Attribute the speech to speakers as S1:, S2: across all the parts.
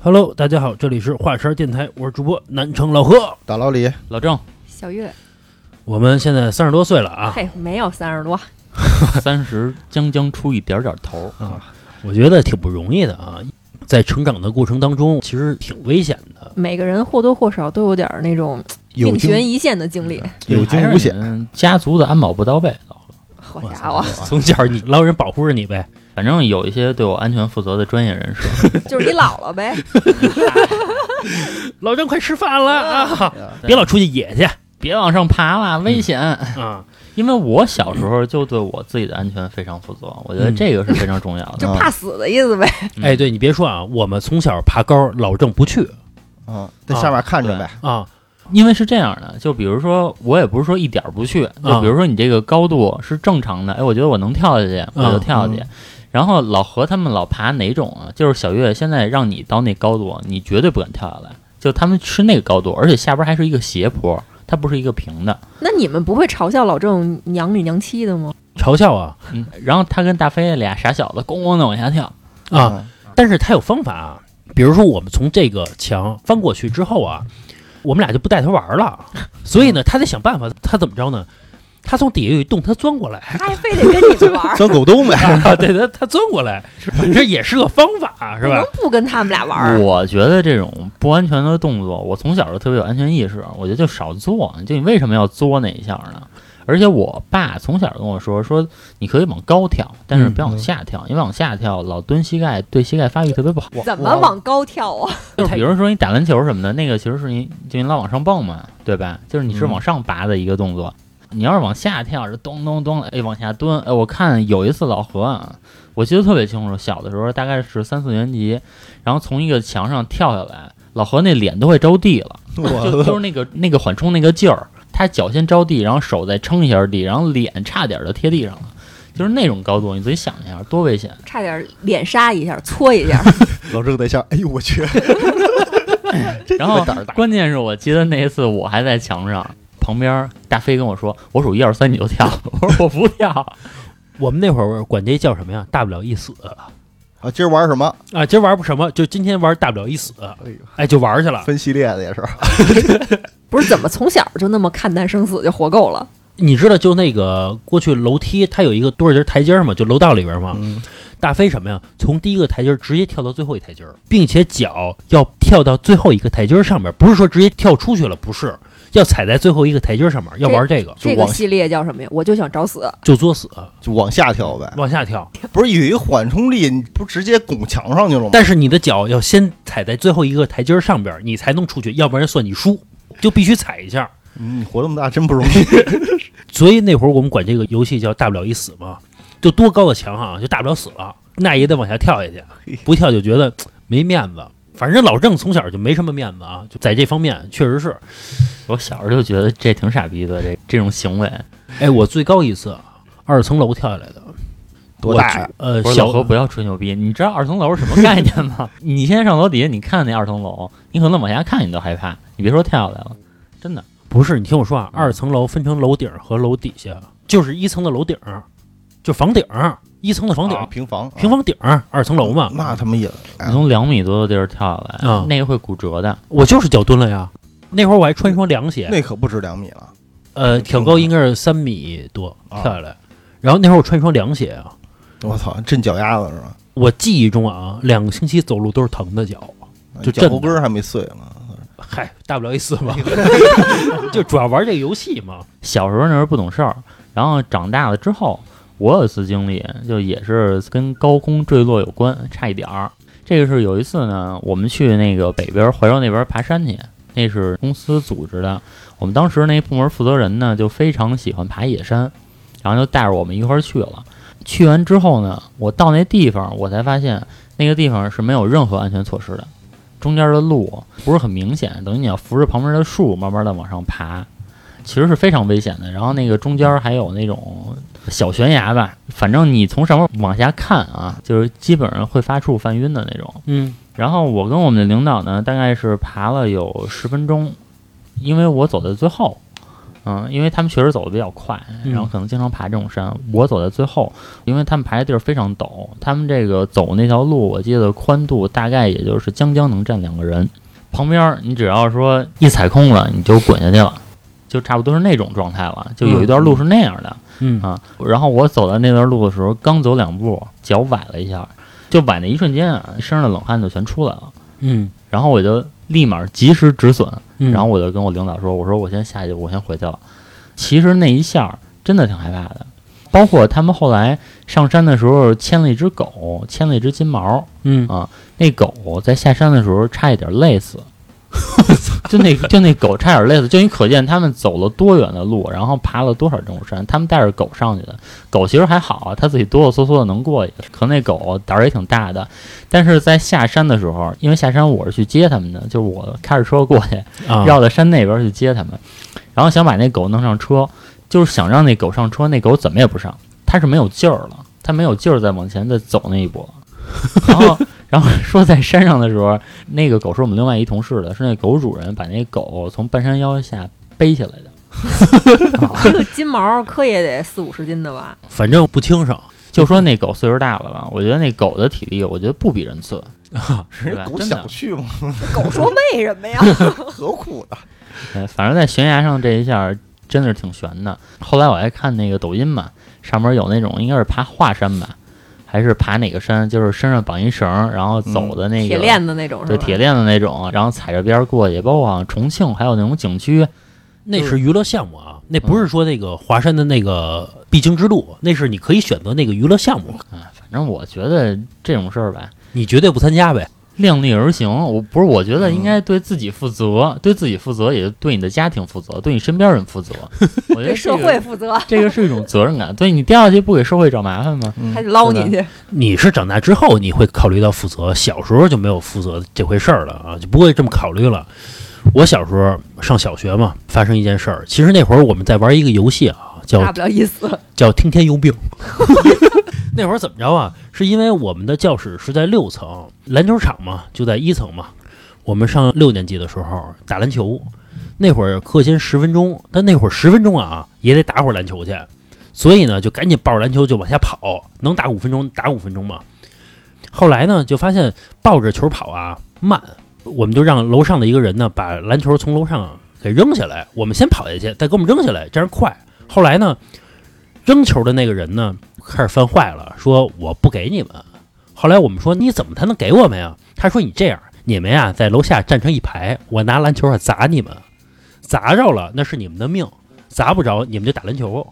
S1: Hello，大家好，这里是华山电台，我是主播南城老贺。
S2: 大老李，
S3: 老郑
S4: 小月，
S1: 我们现在三十多岁了啊，
S4: 嘿，没有三十多，
S3: 三十将将出一点点头
S1: 啊，我觉得挺不容易的啊，在成长的过程当中，其实挺危险的。
S4: 每个人或多或少都有点儿那种
S2: 有
S4: 命
S2: 惊
S4: 悬一线的经历。
S2: 有惊无险，
S3: 险，家族的安保不到位。
S4: 好
S1: 我
S4: 家
S1: 操
S4: 伙，
S1: 啊从小你老有人保护着你呗，
S3: 反正有一些对我安全负责的专业人士，
S4: 就是你老了呗，
S1: 老郑快吃饭了啊，
S2: 啊
S1: 别老出去野去
S3: 别往上爬了，危险。
S2: 嗯
S1: 啊。
S3: 因为我小时候就对我自己的安全非常负责，我觉得这个是非常重要
S4: 就
S3: 的。
S2: 嗯
S4: 怕死的意思呗。
S3: 嗯
S1: 哎，对你别说啊，我们从小爬高，老郑不去
S2: 嗯，在下面看着呗，
S1: 啊，
S3: 因为是这样的，就比如说我也不是说一点儿不去，就比如说你这个高度是正常的，哎，我觉得我能跳下去，我就跳下去。然后老何他们老爬哪种啊？就是小月现在让你到那高度，你绝对不敢跳下来。就他们是那个高度，而且下边还是一个斜坡，它不是一个平的。
S4: 那你们不会嘲笑老郑娘里娘气的吗？
S1: 嘲笑啊
S3: 嗯，然后他跟大飞俩傻小子咣咣的往下跳，
S1: 啊，但是他有方法啊，比如说我们从这个墙翻过去之后啊，我们俩就不带他玩了，所 以呢，他得想办法，他怎么着呢？他从底下有一洞，他钻过 来，
S4: 他还非得跟你们玩
S2: 嗯，
S4: 儿，
S2: 钻狗洞呗，
S1: 啊、对他他钻过来，这也是个方法，是
S4: 不能
S1: 吧？
S4: 不跟他们俩玩儿。
S3: 我觉得这种不安全的动作，我从小就特别有安全意识，我觉得就少做。就你为什么要作那一下呢？而且我爸从小跟我说，说你可以往高跳，但是
S1: 嗯
S3: 别往下跳，因为往下跳老蹲膝盖，对膝盖发育特别不好。
S4: 怎么往高跳啊？
S3: 就比如说你打篮球什么的，那个其实是你就你老往上蹦嘛，对吧？就是你是
S2: 嗯
S3: 往上拔的一个动作。你要是往下跳，是咚咚咚，哎，往下蹲。哎，我看有一次老何啊，我记得特别清楚，小的时候大概是三四年级，然后从一个墙上跳下来，老何那脸都快着地了，就
S2: 我
S3: 就是那个那个缓冲那个劲儿，他脚先着地，然后手再撑一下地，然后脸差点就贴地上了。就是那种高度，你自己想一下，多危险！
S4: 差点脸杀一下，搓一下，
S2: 老郑在下，哎呦我去，真
S3: 然后
S2: 胆儿大，
S3: 关键是我记得那一次我还在墙上，旁边大飞跟我说：“我数一二三你就跳。” 我说：“我不跳。
S1: 我们那会儿管这叫什么呀？大不了一死
S2: 啊，今儿玩什么？
S1: 啊！今儿玩不什么，就今天玩大不了一死，
S2: 哎呦，
S1: 哎，就玩去了。
S2: 分系列的也是，
S4: 不是怎么从小就那么看淡生死就活够了？
S1: 你知道，就那个过去楼梯，它有一个多少节台阶嘛，就楼道里边嘛。
S2: 嗯，
S1: 大飞什么呀？从第一个台阶儿直接跳到最后一台阶儿，并且脚要跳到最后一个台阶儿上面，不是说直接跳出去了，不是，要踩在最后一个台阶儿上面，要玩这个
S4: 这个
S2: 往
S4: 系列叫什么呀？我就想找死，
S1: 就作死，
S2: 就往下跳呗，
S1: 往下跳。
S2: 不是有一个缓冲力，你不直接拱墙上去了吗？
S1: 但是你的脚要先踩在最后一个台阶儿上边儿，你才能出去，要不然算你输，就必须踩一下。
S2: 嗯你活这么大真不 容易，
S1: 所以那会儿我们管这个游戏叫“大不了一死”嘛，就多高的墙啊，就大不了死了，那也得往下跳下去，不跳就觉得嘖没面子。反正老郑从小就没什么面子啊，就在这方面确实是。”
S3: 我小时候就觉得这挺傻逼的，这这种行为。
S1: 哎，我最高一次二层楼跳下来的，
S2: 多大呀？
S1: 我？呃，
S3: 我说
S1: 小
S3: 老何不要吹牛逼，你知道二层楼是什么概念吗？ 你现在上楼底下，你看那二层楼，你可能往下看你都害怕，你别说跳下来了，真的。
S1: 不是，你听我说啊，二层楼分成楼顶儿和楼底下，就是一层的楼顶儿，就房顶儿，一层的房顶儿，
S2: 啊嗯平房，
S1: 平房顶儿，二层楼嘛。
S2: 那他妈也，
S3: 你从两米多的地儿跳下来，
S1: 啊
S3: 那个会骨折的。
S1: 我就是脚蹲了呀。那会儿我还穿一双凉鞋，
S2: 那可不止两米了，
S1: 呃，挑高应该是三米多
S2: 啊
S1: 跳下来，然后那会儿我穿一双凉鞋啊，
S2: 我操，震脚丫子是吧？
S1: 我记忆中啊，两个星期走路都是疼的脚，就
S2: 脚
S1: 震
S2: 后跟儿还没碎呢，
S1: 嗨，大不了一死嘛，就主要玩这个游戏嘛，
S3: 小时候那时候不懂事儿，然后长大了之后，我有一次经历，就也是跟高空坠落有关，差一点儿。这个是有一次呢，我们去那个北边怀柔那边爬山去，那是公司组织的。我们当时那部门负责人呢，就非常喜欢爬野山，然后就带着我们一块儿去了。去完之后呢，我到那地方，我才发现那个地方是没有任何安全措施的，中间的路不是很明显，等于你要扶着旁边的树，慢慢的往上爬。其实是非常危险的。然后那个中间还有那种小悬崖吧，反正你从上面往下看啊，就是基本上会发怵、犯晕的那种。
S1: 嗯
S3: 然后我跟我们的领导呢，大概是爬了有十分钟，因为我走在最后，嗯，因为他们确实走的比较快，然后可能经常爬这种山。我走在最后，因为他们爬的地儿非常陡，他们这个走那条路，我记得宽度大概也就是将将能站两个人。旁边儿你只要说一踩空了，你就滚下去了，就差不多是那种状态了。就有一段路是那样的、
S1: 嗯
S3: 啊。然后我走到那段路的时候，刚走两步，脚崴了一下，就崴那一瞬间啊，身上的冷汗就全出来了。
S1: 嗯，
S3: 然后我就立马及时止损，
S1: 嗯
S3: 然后我就跟我领导说：“我说我先下去，我先回去了。”其实那一下儿真的挺害怕的，包括他们后来上山的时候牵了一只狗，牵了一只金毛，
S1: 嗯
S3: 那狗在下山的时候差一点累死，就那就那狗差点累死，就你可见他们走了多远的路，然后爬了多少这种山，他们带着狗上去的。狗其实还好啊，它自己哆哆嗦嗦的能过去，可那狗胆儿也挺大的。但是在下山的时候，因为下山我是去接他们的，就是我开着车过去，
S1: 啊，
S3: 绕到山那边去接他们，然后想把那狗弄上车，就是想让那狗上车，那狗怎么也不上，它是没有劲儿了，它没有劲儿再往前再走那一步了。然后，然后说在山上的时候，那个狗是我们另外一同事的，是那狗主人把那狗从半山腰下背起来的，
S4: 这个金毛可也得四五十斤的吧？
S1: 反正不轻省，
S3: 就说那狗岁数大了吧，我觉得那狗的体力，我觉得不比人次，是
S2: 人？
S3: 吧
S2: 狗
S3: 真的
S2: 想，去 吗？
S4: 狗说为什么呀？
S2: 何苦呢？
S3: 对呃反正在悬崖上这一下真的是挺悬的。后来我还看那个抖音嘛，上面有那种应该是爬华山吧，还是爬哪个山，就是身上绑一绳儿，然后走的那个、
S4: 嗯铁链子那种是
S3: 对
S4: 吧？
S3: 铁链子那种，然后踩着边儿过去。包括好像重庆还有那种景区，
S1: 那是娱乐项目啊，那不是说那个华山的那个必经之路，那是你可以选择那个娱乐项目，
S3: 啊，反正我觉得这种事儿吧。
S1: 你绝对不参加呗。
S3: 量力而行，我不是，我觉得应该对自己负责，对自己负责，也对你的家庭负责，对你身边人负 责。我觉得
S4: 对
S3: 这
S4: 社
S3: 个
S4: 会负责，
S3: 这个是一种责任感，对你掉下去不给社会找麻烦吗？
S2: 嗯
S4: 还得捞
S3: 是的
S4: 你去。
S1: 你是长大之后你会考虑到负责，小时候就没有负责这回事儿了啊，就不会这么考虑了。我小时候上小学嘛，发生一件事儿，其实那会儿我们在玩一个游戏啊，叫
S4: 大不了一死，
S1: 叫听天由命。 那会儿怎么着啊？是因为我们的教室是在六层，篮球场嘛就在一层嘛。我们上六年级的时候打篮球，那会儿课间十分钟，但那会儿十分钟啊也得打会儿篮球去，所以呢就赶紧抱着篮球就往下跑，能打五分钟打五分钟嘛。后来呢就发现抱着球跑啊慢，我们就让楼上的一个人呢把篮球从楼上给扔下来，我们先跑下去，再给我们扔下来，这样快。后来呢，扔球的那个人呢，开始犯坏了，说我不给你们。后来我们说你怎么才能给我们呀？他说你这样，你们呀在楼下站成一排，我拿篮球啊砸你们，砸着了那是你们的命，砸不着你们就打篮球。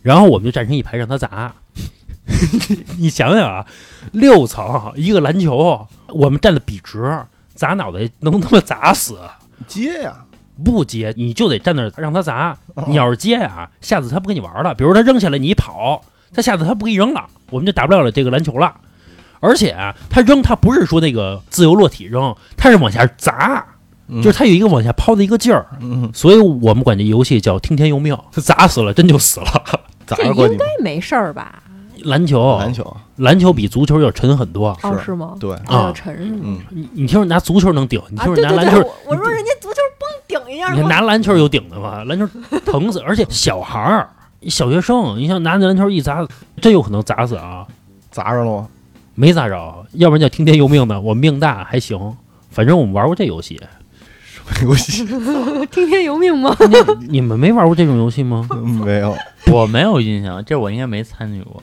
S1: 然后我们就站成一排让他砸。 你想想啊，六层一个篮球，我们站的笔直，砸脑袋能他妈砸死？
S2: 接呀！
S1: 不接你就得站那儿让他砸，你要是接啊，下次他不跟你玩了。比如他扔下来你一跑，他下次他不给你扔了，我们就打不了了这个篮球了。而且啊，他扔他不是说那个自由落体扔，他是往下砸，
S2: 嗯
S1: 就是他有一个往下抛的一个劲儿，
S2: 嗯，
S1: 所以我们管这游戏叫听天由命，他砸死了真就死了。
S2: 咋
S4: 这
S2: 着过你
S4: 应
S2: 们
S4: 该没事儿吧？
S1: 篮球，
S2: 篮球？
S1: 篮球比足球要沉很多。
S4: 哦，
S2: 是
S4: 是吗？
S2: 对，
S1: 啊嗯
S4: 哦沉是吗？
S2: 嗯，
S1: 你你听着拿足球能顶，你
S4: 啊，
S1: 听
S4: 对
S1: 着
S4: 对
S1: 拿篮
S4: 对，
S1: 球
S4: 我我说人家足球嘣顶一下
S1: 你看
S4: 吗
S1: 拿篮球有顶的吗？篮球疼死，而且小孩儿、小学生，你像拿那篮球一砸，真有可能砸死啊！
S2: 砸着了吗？
S1: 没砸着，要不然叫听天由命的。我命大还行，反正我们玩过这游戏。
S2: 游戏
S4: 听天由命吗？
S1: 你你们没玩过这种游戏吗？
S2: 嗯没有，
S3: 我没有印象，这我应该没参与过。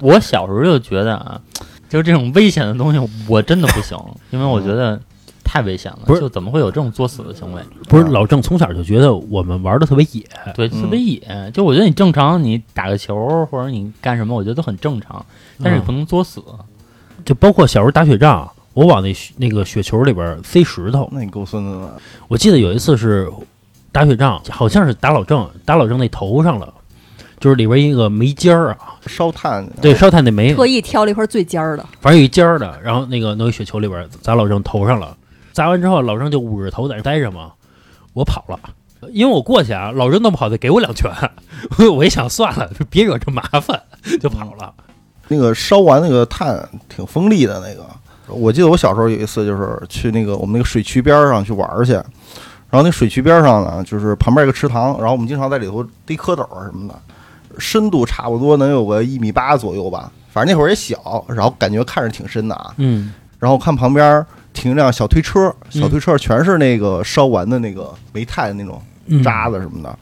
S3: 我小时候就觉得啊，就是这种危险的东西，我真的不行，因为我觉得太危险了。
S1: 嗯不是
S3: 就怎么会有这种作死的行为？
S1: 不是，老郑从小就觉得我们玩的特别野，
S3: 对，
S2: 嗯
S3: 特别野。就我觉得你正常，你打个球或者你干什么，我觉得都很正常，
S1: 嗯
S3: 但是你不能作死。
S1: 就包括小时候打雪仗，我往那雪那个雪球里边塞石头。
S2: 那你够孙子的。
S1: 我记得有一次是打雪仗，好像是打老郑，打老郑那头上了，就是里边一个煤尖儿啊，
S2: 烧炭，
S1: 对，烧炭那煤，
S4: 特意挑了一块最尖儿的，
S1: 反正有一尖儿的，然后那个弄一雪球里边砸老郑头上了，砸完之后老郑就捂着头在那待着嘛，我跑了。因为我过去啊，老郑弄不好得给我两拳， 我一想算了，就别惹这麻烦，就跑了。
S2: 那个烧完那个炭挺锋利的那个。我记得我小时候有一次，就是去那个我们那个水渠边儿上去玩儿去，然后那水渠边上呢，就是旁边一个池塘，然后我们经常在里头逮蝌蚪啊什么的，深度差不多能有个一米八左右吧，反正那会儿也小，然后感觉看着挺深的啊。
S1: 嗯
S2: 然后看旁边停一辆小推车，
S1: 嗯
S2: 小推车全是那个烧完的那个煤炭那种
S1: 嗯，
S2: 渣子什么的。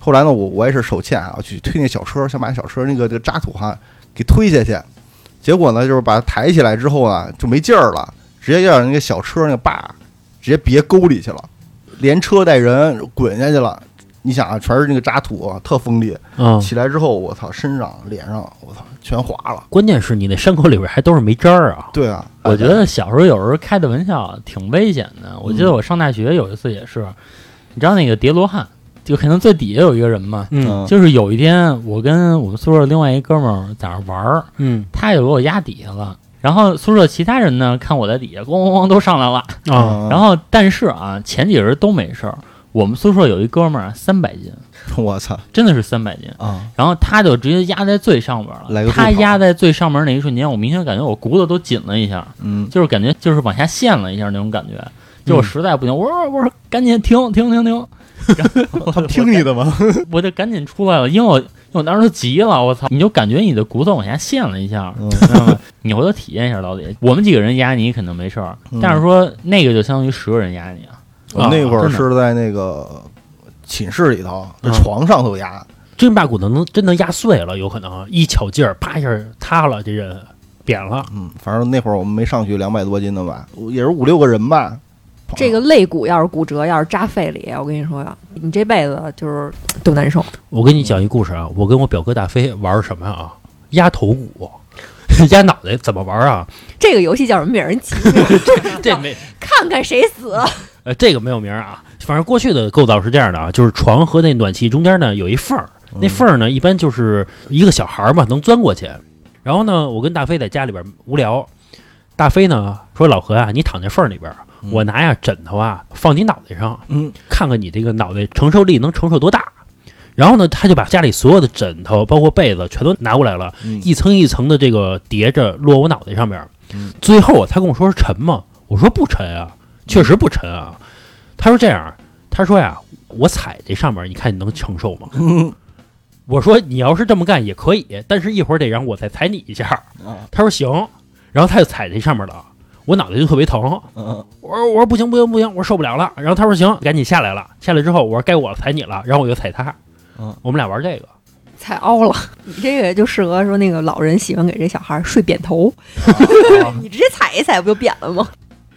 S2: 后来呢，我我也是手欠啊，我去推那小车，想把那小车那个这个渣土哈、给推下去，结果呢，就是把它抬起来之后啊，就没劲儿了，直接就让那个小车那个把直接别沟里去了，连车带人滚下去了。你想啊，全是那个渣土啊，特锋利。
S1: 嗯，
S2: 起来之后，我操，身上、脸上，我操，全划了。
S1: 关键是你那山沟里边还都是煤渣儿啊，
S2: 对啊，
S3: 我觉得小时候有时候开的玩笑挺危险的。我记得我上大学有一次也是，你知道那个叠罗汉，就可能最底下有一个人嘛。
S1: 嗯
S3: 就是有一天，我跟我们宿舍另外一哥们儿在那玩儿，
S1: 嗯
S3: 他也给我压底下了。然后宿舍其他人呢，看我在底下，咣咣咣都上来了。
S1: 啊，
S2: 嗯
S3: 然后但是啊，前几人都没事儿。我们宿舍有一哥们儿啊三百斤，
S2: 我操
S3: 真的是三百斤。
S2: 啊！
S3: 然后他就直接压在最上边
S2: 来
S3: 了。
S2: 个助跑
S3: 他压在最上面那一瞬间，我明显感觉我骨头都紧了一下。
S2: 嗯，
S3: 就是感觉就是往下陷了一下那种感觉。就我实在不行，我说我说赶紧停停停 停，
S2: 他们听你的吗？
S3: 我得赶紧出来了，因为我因为我当时都急了，我操！你就感觉你的骨头往下陷了一下，
S2: 嗯
S3: 知道吗？你回头体验一下到底。我们几个人压你肯定没事儿，
S2: 嗯
S3: 但是说那个就相当于十个人压你啊，
S2: 我那会
S3: 啊
S2: 儿
S3: 真的
S2: 是在那个寝室里头，在
S1: 啊
S2: 床上头压，
S1: 真把骨头能真能压碎了，有可能啊一巧劲儿，啪一下塌了，这人扁了。
S2: 嗯，反正那会儿我们没上去，两百多斤的吧，也是五六个人吧。
S4: 这个肋骨要是骨折，要是扎肺里，我跟你说呀，你这辈子就是都难受。
S1: 我跟你讲一故事啊，我跟我表哥大飞玩什么啊？压头骨， 压脑袋怎么玩啊？
S4: 这个游戏叫什么名儿？你记得
S1: 这没
S4: 看看谁死。
S1: 呃，这个没有名儿啊。反正过去的构造是这样的啊，就是床和那暖气中间呢有一缝儿，
S2: 嗯
S1: 那缝儿呢一般就是一个小孩儿嘛能钻过去。然后呢，我跟大飞在家里边无聊，大飞呢说：“老何啊，你躺在缝儿里边儿，
S2: 嗯
S1: 我拿呀枕头啊放你脑袋上，
S2: 嗯
S1: 看看你这个脑袋承受力能承受多大。”然后呢，他就把家里所有的枕头，包括被子，全都拿过来了，
S2: 嗯
S1: 一层一层的这个叠着落我脑袋上面
S2: 嗯。
S1: 最后啊他跟我说是沉吗？我说不沉啊，确实不沉啊。他说这样，啊他说呀，我踩这上面，你看你能承受 吗？我说你要是这么干也可以，但是一会儿得让我再踩你一下。
S2: 啊
S1: 他说行，然后他就踩这上面了，我脑袋就特别疼。
S2: 嗯
S1: 我说我说不行不行不行，我受不了了。然后他说行，赶紧下来了。下来之后我说该我踩你了，然后我就踩他。
S2: 嗯，
S1: 我们俩玩这个。
S4: 踩凹了，你这个就适合说那个老人喜欢给这小孩儿睡扁头， 你直接踩一踩不就扁了吗？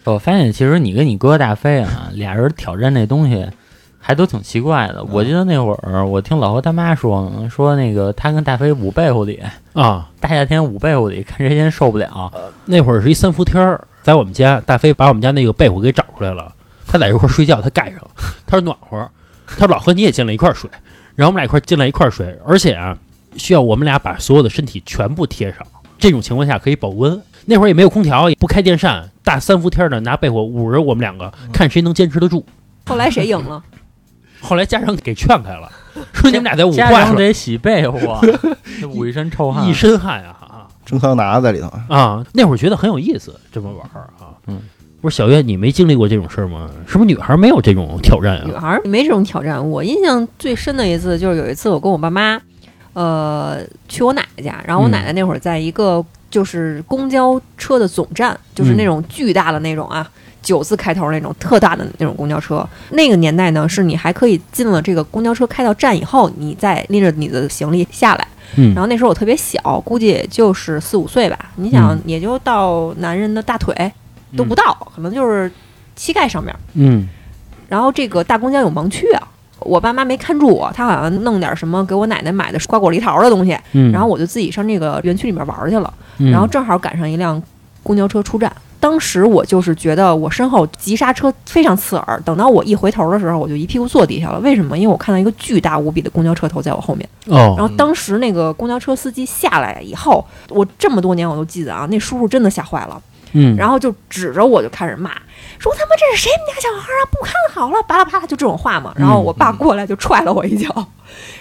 S3: 我哦发现其实你跟你哥大飞啊，俩人挑战这东西。还都挺奇怪的，我记得那会儿我听老何他妈说呢，说那个他跟大飞捂被窝里，
S1: 啊，
S3: 大夏天捂被窝里，看谁先受不了。
S1: 那会儿是一三伏天儿，在我们家，大飞把我们家那个被窝给找出来了。他在一块儿睡觉，他盖上了，他说暖和。他说老何你也进来一块儿睡，然后我们俩一块儿进来一块儿睡，而且啊，需要我们俩把所有的身体全部贴上。这种情况下可以保温。那会儿也没有空调，也不开电扇，大三伏天儿的拿被窝捂着我们两个，
S3: 嗯
S1: 看谁能坚持得住。
S4: 后来谁赢了？
S1: 后来家长给劝开了，说你们俩在捂
S3: 家
S1: 坏
S3: 长
S1: 了，
S3: 得洗被 窝，这捂一身臭汗。
S1: 一身汗啊
S2: 蒸桑拿在里头，
S1: 啊啊！那会儿觉得很有意思，这么玩儿啊。
S3: 嗯，
S1: 不是小月，你没经历过这种事儿吗？是不是女孩没有这种挑战
S4: 女
S1: 啊？
S4: 孩儿没这种挑战。我印象最深的一次就是有一次我跟我爸妈，呃，去我奶奶家，然后我
S1: 嗯
S4: 奶奶那会儿在一个就是公交车的总站，
S1: 嗯
S4: 就是那种巨大的那种啊。九字开头那种特大的那种公交车，那个年代呢，是你还可以进了这个公交车开到站以后，你再拎着你的行李下来。
S1: 嗯
S4: 然后那时候我特别小，估计也就是四五岁吧。你想
S1: 嗯，
S4: 也就到男人的大腿都不到，可能就是膝盖上面。
S1: 嗯
S4: 然后这个大公交有盲区啊，我爸妈没看住我，他好像弄点什么给我奶奶买的瓜果梨桃的东西，
S1: 嗯，
S4: 然后我就自己上那个园区里面玩去了。
S1: 嗯
S4: 然后正好赶上一辆公交车出站，当时我就是觉得我身后急刹车非常刺耳，等到我一回头的时候，我就一屁股坐地下了。为什么？因为我看到一个巨大无比的公交车头在我后面。然
S1: 哦，
S4: 后当时那个公交车司机下来以后，我这么多年我都记得啊，那叔叔真的吓坏了，
S1: 嗯，
S4: 然后就指着我就开始骂，说他妈这是谁们家小孩啊，不看好了，巴拉巴拉就这种话嘛。然后我爸过来就踹了我一脚，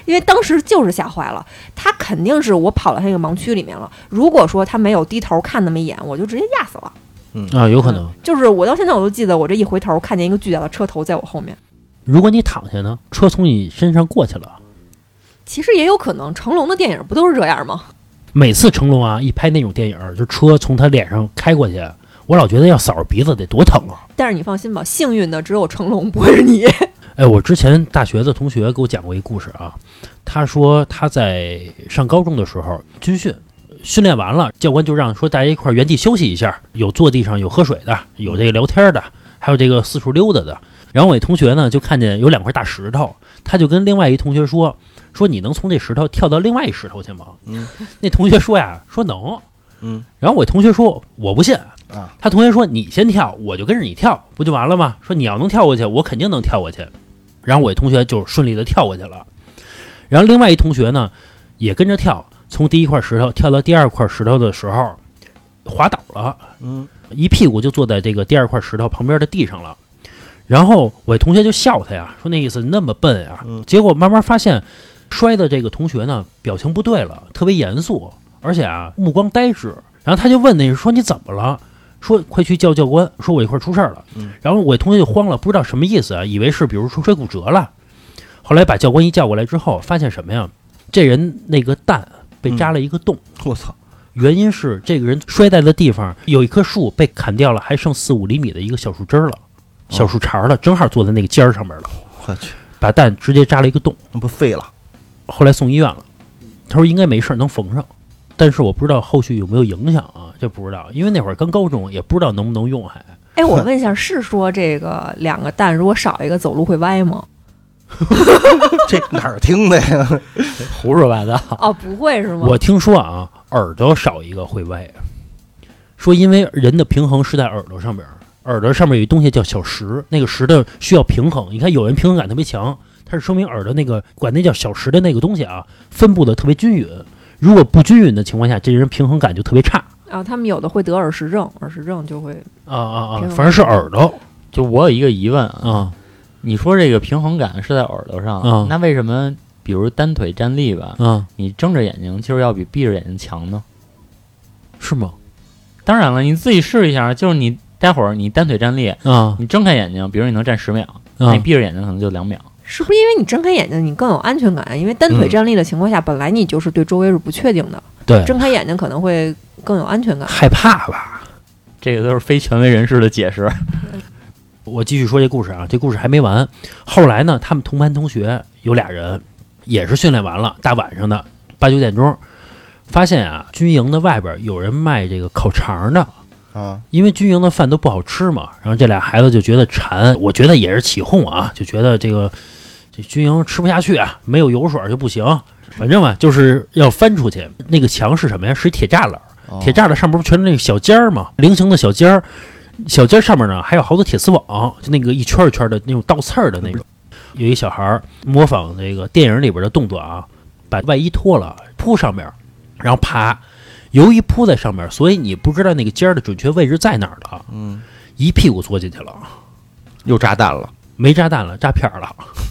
S4: 因为当时就是吓坏了，他肯定是我跑到他那个盲区里面了。如果说他没有低头看那么一眼，我就直接压死了。
S2: 嗯
S1: 啊，有可能。
S4: 就是我到现在我都记得，我这一回头看见一个巨大的车头在我后面。
S1: 如果你躺下呢，车从你身上过去了。
S4: 其实也有可能，成龙的电影不都是这样吗？
S1: 每次成龙啊一拍那种电影儿，就车从他脸上开过去，我老觉得要扫着鼻子得多疼啊！
S4: 但是你放心吧，幸运的只有成龙，不会是你。
S1: 哎，我之前大学的同学给我讲过一故事啊，他说他在上高中的时候军训，训练完了，教官就让说大家一块儿原地休息一下，有坐地上有喝水的，有这个聊天的，还有这个四处溜达的。然后我一同学呢就看见有两块大石头，他就跟另外一同学说说你能从这石头跳到另外一石头去吗？
S2: 嗯，
S1: 那同学说呀说能。
S2: 嗯，
S1: 然后我同学说我不信
S2: 啊，
S1: 他同学说你先跳，我就跟着你跳，不就完了吗？说你要能跳过去，我肯定能跳过去。然后我同学就顺利的跳过去了，然后另外一同学呢也跟着跳，从第一块石头跳到第二块石头的时候，滑倒了，
S2: 嗯
S1: 一屁股就坐在这个第二块石头旁边的地上了。然后我同学就笑他呀，说那意思那么笨啊
S2: 嗯。
S1: 结果慢慢发现，摔的这个同学呢表情不对了，特别严肃，而且啊目光呆滞。然后他就问那人说你怎么了？说快去叫教官，说我一块儿出事儿了
S2: 嗯。
S1: 然后我同学就慌了，不知道什么意思啊，以为是比如说摔骨折了。后来把教官一叫过来之后，发现什么呀？这人那个蛋被
S2: 嗯
S1: 扎了一个洞。
S2: 我操，
S1: 原因是这个人摔在的地方有一棵树被砍掉了，还剩四五厘米的一个小树枝儿了，小树茬儿了，正好坐在那个尖儿上面了，
S2: 我去，
S1: 把蛋直接扎了一个洞。
S2: 那不废了？
S1: 后来送医院了，他说应该没事儿，能缝上，但是我不知道后续有没有影响啊，这不知道，因为那会儿刚高中，也不知道能不能用还。
S4: 哎，我问一下，是说这个两个蛋如果少一个走路会歪吗？
S2: 这哪儿听的呀？
S3: 胡说八道。
S4: 哦，不会是吗？
S1: 我听说啊，耳朵少一个会歪，说因为人的平衡是在耳朵上边儿，耳朵上面有一东西叫小石，那个石头需要平衡。你看有人平衡感特别强，它是说明耳朵那个管那叫小石的那个东西啊，分布的特别均匀。如果不均匀的情况下，这人平衡感就特别差。
S4: 啊，他们有的会得耳石症，耳石症就会
S1: 啊啊啊
S4: 平！衡
S1: 反正是耳朵
S3: 就我有一个疑问啊，
S1: 啊，
S3: 你说这个平衡感是在耳朵上，
S1: 嗯
S3: 那为什么比如单腿站立吧，
S1: 啊，
S3: 你睁着眼睛就是要比闭着眼睛强呢？
S1: 是吗？
S3: 当然了，你自己试一下，就是你待会儿你单腿站立，
S1: 啊
S3: 你睁开眼睛，比如你能站十秒，那
S1: 啊
S2: 嗯
S3: 你闭着眼睛可能就两秒。
S4: 是不是因为你睁开眼睛你更有安全感？因为单腿
S2: 嗯
S4: 站立的情况下，本来你就是对周围是不确定的，
S1: 对，
S4: 睁开眼睛可能会更有安全感。
S1: 害怕吧？
S3: 这个都是非权威人士的解释。
S1: 我继续说这故事啊，这故事还没完。后来呢，他们同班同学有俩人，也是训练完了，大晚上的八九点钟，发现啊，军营的外边有人卖这个烤肠的，
S2: 啊，
S1: 因为军营的饭都不好吃嘛。然后这俩孩子就觉得馋，我觉得也是起哄啊，就觉得这个这军营吃不下去啊，没有油水就不行。反正吧，就是要翻出去。那个墙是什么呀？是一铁栅栏。
S2: 哦
S1: 铁栅栏上面不全是那个小尖儿吗？菱形的小尖儿，小尖儿上面呢还有好多铁丝网，就那个一圈儿一圈儿的那种倒刺儿的那种。有一小孩儿模仿那个电影里边的动作啊，把外衣脱了铺上面，然后爬，由于铺在上面，所以你不知道那个尖儿的准确位置在哪儿了，
S2: 嗯，
S1: 一屁股坐进去了，
S2: 又炸弹了，
S1: 没炸弹了，炸片儿了。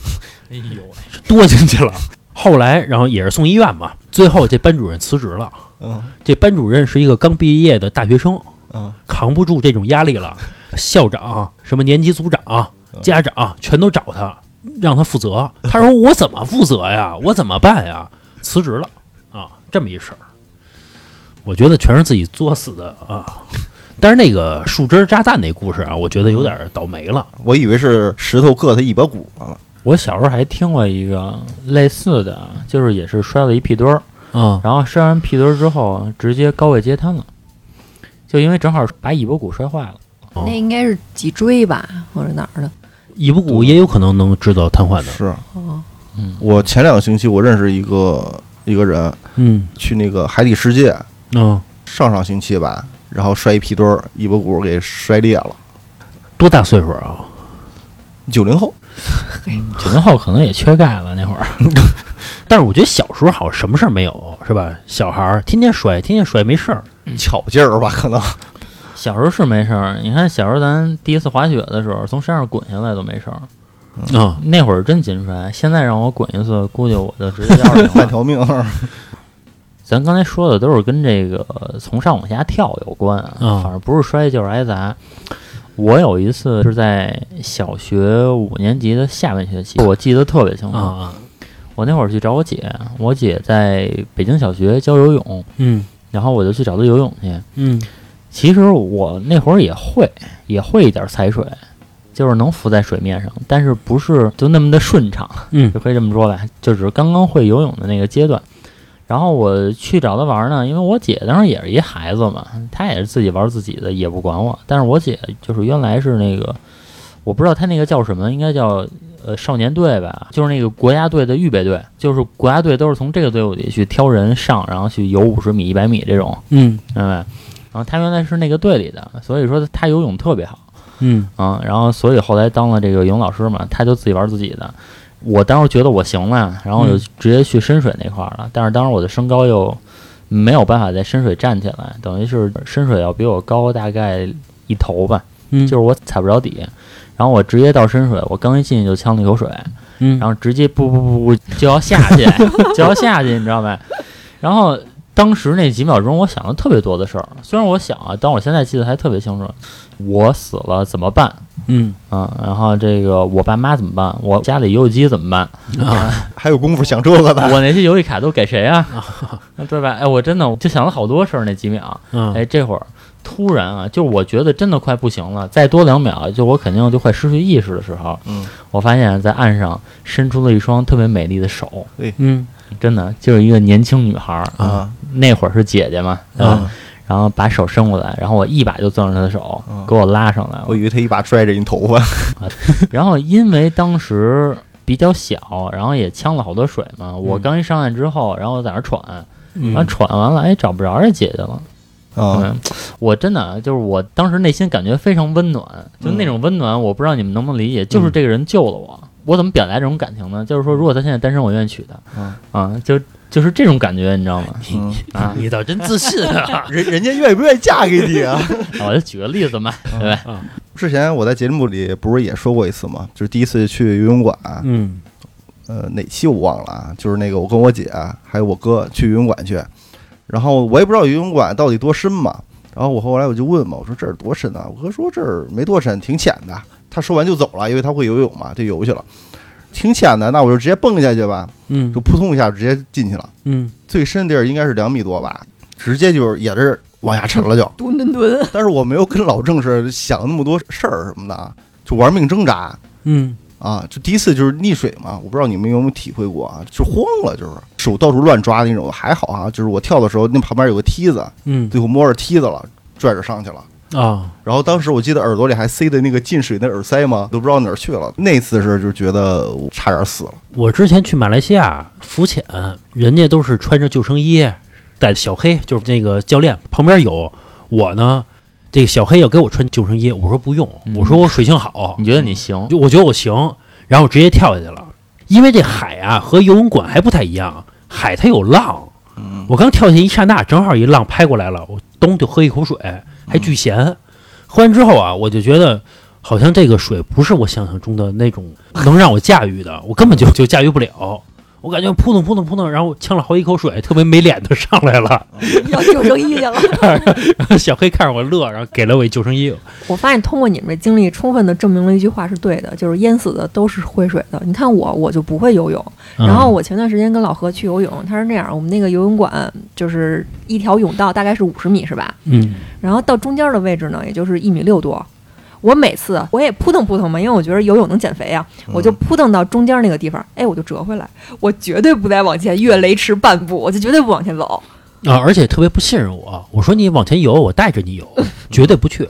S3: 哎呦，
S1: 多进去了。后来，然后也是送医院嘛。最后这班主任辞职了。
S2: 嗯
S1: 这班主任是一个刚毕业的大学生，
S2: 嗯，
S1: 扛不住这种压力 了。校长、什么年级组长、家长全都找他，让他负责。他说：“我怎么负责呀？我怎么办呀？”辞职了啊，这么一事儿。我觉得全是自己作死的啊。但是那个树枝炸弹那故事啊，我觉得有点倒霉了。
S2: 我以为是石头硌他尾巴骨啊了。
S3: 我小时候还听过一个类似的，就是也是摔了一屁墩儿，
S1: 啊
S3: 然后摔完屁墩儿之后直接高位截瘫了，就因为正好把尾巴骨 摔坏了。
S1: 哦
S4: 那应该是脊椎吧，或者哪儿的？
S1: 尾巴骨也有可能能制造瘫痪的。
S2: 是
S4: 哦，
S2: 我前两个星期我认识一个一个人
S1: 嗯，
S2: 去那个海底世界，
S1: 嗯。
S2: 上上星期吧，然后摔一屁墩儿，尾巴骨给摔裂了。
S1: 多大岁数啊？
S2: 九零后，
S3: 九零后可能也缺钙了那会儿。
S1: 但是我觉得小时候好像什么事儿没有，是吧？小孩儿天天摔，天天摔没事儿。
S2: 巧劲儿吧，可能。
S3: 小时候是没事儿，你看小时候咱第一次滑雪的时候，从山上滚下来都没事儿，
S1: 啊、
S3: 那会儿真紧摔。现在让我滚一次，估计我就直接要是
S2: 半条命。
S3: 咱刚才说的都是跟这个呃从上往下跳有关啊，
S1: 嗯
S3: 反正不是摔就是挨砸。我有一次是在小学五年级的下半学期，我记得特别清楚。
S1: 啊，
S3: 我那会儿去找我姐，我姐在北京小学教游泳，
S1: 嗯
S3: 然后我就去找她游泳去。
S1: 嗯
S3: 其实我那会儿也会，也会一点踩水，就是能浮在水面上，但是不是就那么的顺畅。
S1: 嗯
S3: 就可以这么说吧，就只是刚刚会游泳的那个阶段。然后我去找他玩儿呢，因为我姐当时也是一孩子嘛，她也是自己玩儿自己的，也不管我。但是我姐就是原来是那个，我不知道她那个叫什么，应该叫呃少年队吧，就是那个国家队的预备队，就是国家队都是从这个队伍里去挑人上，然后去游五十米、一百米这种，
S1: 嗯
S3: 明白吧？然后她原来是那个队里的，所以说她游泳特别好。
S1: 嗯
S3: 啊，然后所以后来当了这个游泳老师嘛，他就自己玩自己的。我当时觉得我行了，然后我就
S1: 嗯
S3: 直接去深水那块儿了。但是当时我的身高又没有办法在深水站起来，等于是深水要比我高大概一头吧，
S1: 嗯，
S3: 就是我踩不着底。然后我直接到深水，我刚一进去就呛了一口水，
S1: 嗯，
S3: 然后直接不不不不就要下 去，就要下去，你知道吗？然后当时那几秒钟，我想了特别多的事儿。虽然我想啊，但我现在记得还特别清楚，我死了怎么办？
S1: 嗯
S3: 嗯，然后这个我爸妈怎么办？我家里游戏机怎么办？
S2: 还有功夫想这个的。
S3: 我那些游戏卡都给谁啊？对吧？哎，我真的我就想了好多事儿那几秒。
S1: 嗯
S3: 哎，这会儿突然啊，就是我觉得真的快不行了，再多两秒，就我肯定就快失去意识的时候，
S2: 嗯，
S3: 我发现在岸上伸出了一双特别美丽的手，
S1: 嗯
S3: 真的就是一个年轻女孩儿
S2: 啊，
S3: 那会儿是姐姐嘛，对吧
S2: 啊
S3: 然后把手伸过来，然后我一把就攥住她的手，
S2: 啊
S3: 给我拉上来了
S2: 我。以为他一把拽着你头发。
S3: 然后因为当时比较小，然后也呛了好多水嘛，
S2: 嗯
S3: 我刚一上岸之后，然后我在那儿喘，然后
S1: 嗯
S3: 喘完了，哎，找不着这姐姐了。
S2: 啊，
S3: 嗯，我真的就是我当时内心感觉非常温暖，就那种温暖，我不知道你们能不能理解，就是这个人救了
S2: 嗯
S3: 我。我怎么表达这种感情呢？就是说，如果他现在单身，我愿意娶他。
S2: 嗯
S3: 啊，就就是这种感觉，你知道 吗？
S2: 嗯
S3: 啊，
S1: 你倒真自信啊！
S2: 人人家愿不愿意嫁给你啊？
S3: 我就举个例子嘛，对吧？
S2: 之前我在节目里不是也说过一次吗？就是第一次去游泳馆，
S1: 嗯
S2: 呃，哪期我忘了啊？就是那个我跟我姐啊还有我哥去游泳馆去，然后我也不知道游泳馆到底多深嘛。然后我后来我就问嘛，我说这儿多深啊？我哥说这儿没多深，挺浅的。他说完就走了，因为他会游泳嘛，就游去了，挺浅的。那我就直接蹦下去吧，
S1: 嗯
S2: 就扑通一下直接进去了。
S1: 嗯
S2: 最深地儿应该是两米多吧，直接就是也是往下沉了就。
S4: 蹲蹲蹲，
S2: 但是我没有跟老郑是想那么多事儿什么的，啊，就玩命挣扎
S1: 嗯
S2: 啊！就第一次就是溺水嘛，我不知道你们有没有体会过啊，就慌了，就是手到处乱抓那种。还好啊，就是我跳的时候那旁边有个梯子，
S1: 嗯
S2: 最后摸着梯子了，拽着上去了。
S1: 啊
S2: 然后当时我记得耳朵里还塞的那个进水那耳塞嘛，都不知道哪儿去了。那次是就觉得我差点死了。
S1: 我之前去马来西亚浮潜，人家都是穿着救生衣，带小黑，就是那个教练旁边有我呢。这个小黑要给我穿救生衣，我说不用，
S3: 嗯
S1: 我说我水性好
S3: 你，觉得你行？
S1: 就我觉得我行，然后我直接跳下去了。因为这海啊和游泳馆还不太一样，海它有浪。
S2: 嗯，
S1: 我刚跳下去一刹那，正好一浪拍过来了，我咚就喝一口水，还巨咸。喝完之后啊，我就觉得好像这个水不是我想象中的那种能让我驾驭的，我根本就就驾驭不了。我感觉扑通扑通扑通，然后呛了好几口水，特别没脸的上来了。
S4: 要救生衣去了。
S1: 然后小黑看着我乐，然后给了我一救生衣。
S4: 我发现通过你们的经历，充分的证明了一句话是对的，就是淹死的都是会水的。你看我，我就不会游泳。然后我前段时间跟老何去游泳，他是那样，我们那个游泳馆就是一条泳道，大概是五十米是吧？
S1: 嗯
S4: 然后到中间的位置呢，也就是一米六多。我每次啊我也扑腾扑腾嘛，因为我觉得游泳能减肥啊，我就扑腾到中间那个地方，哎，我就折回来，我绝对不再往前越雷池半步，我就绝对不往前走。
S1: 啊，而且特别不信任我。我说你往前游，我带着你游，绝对不去。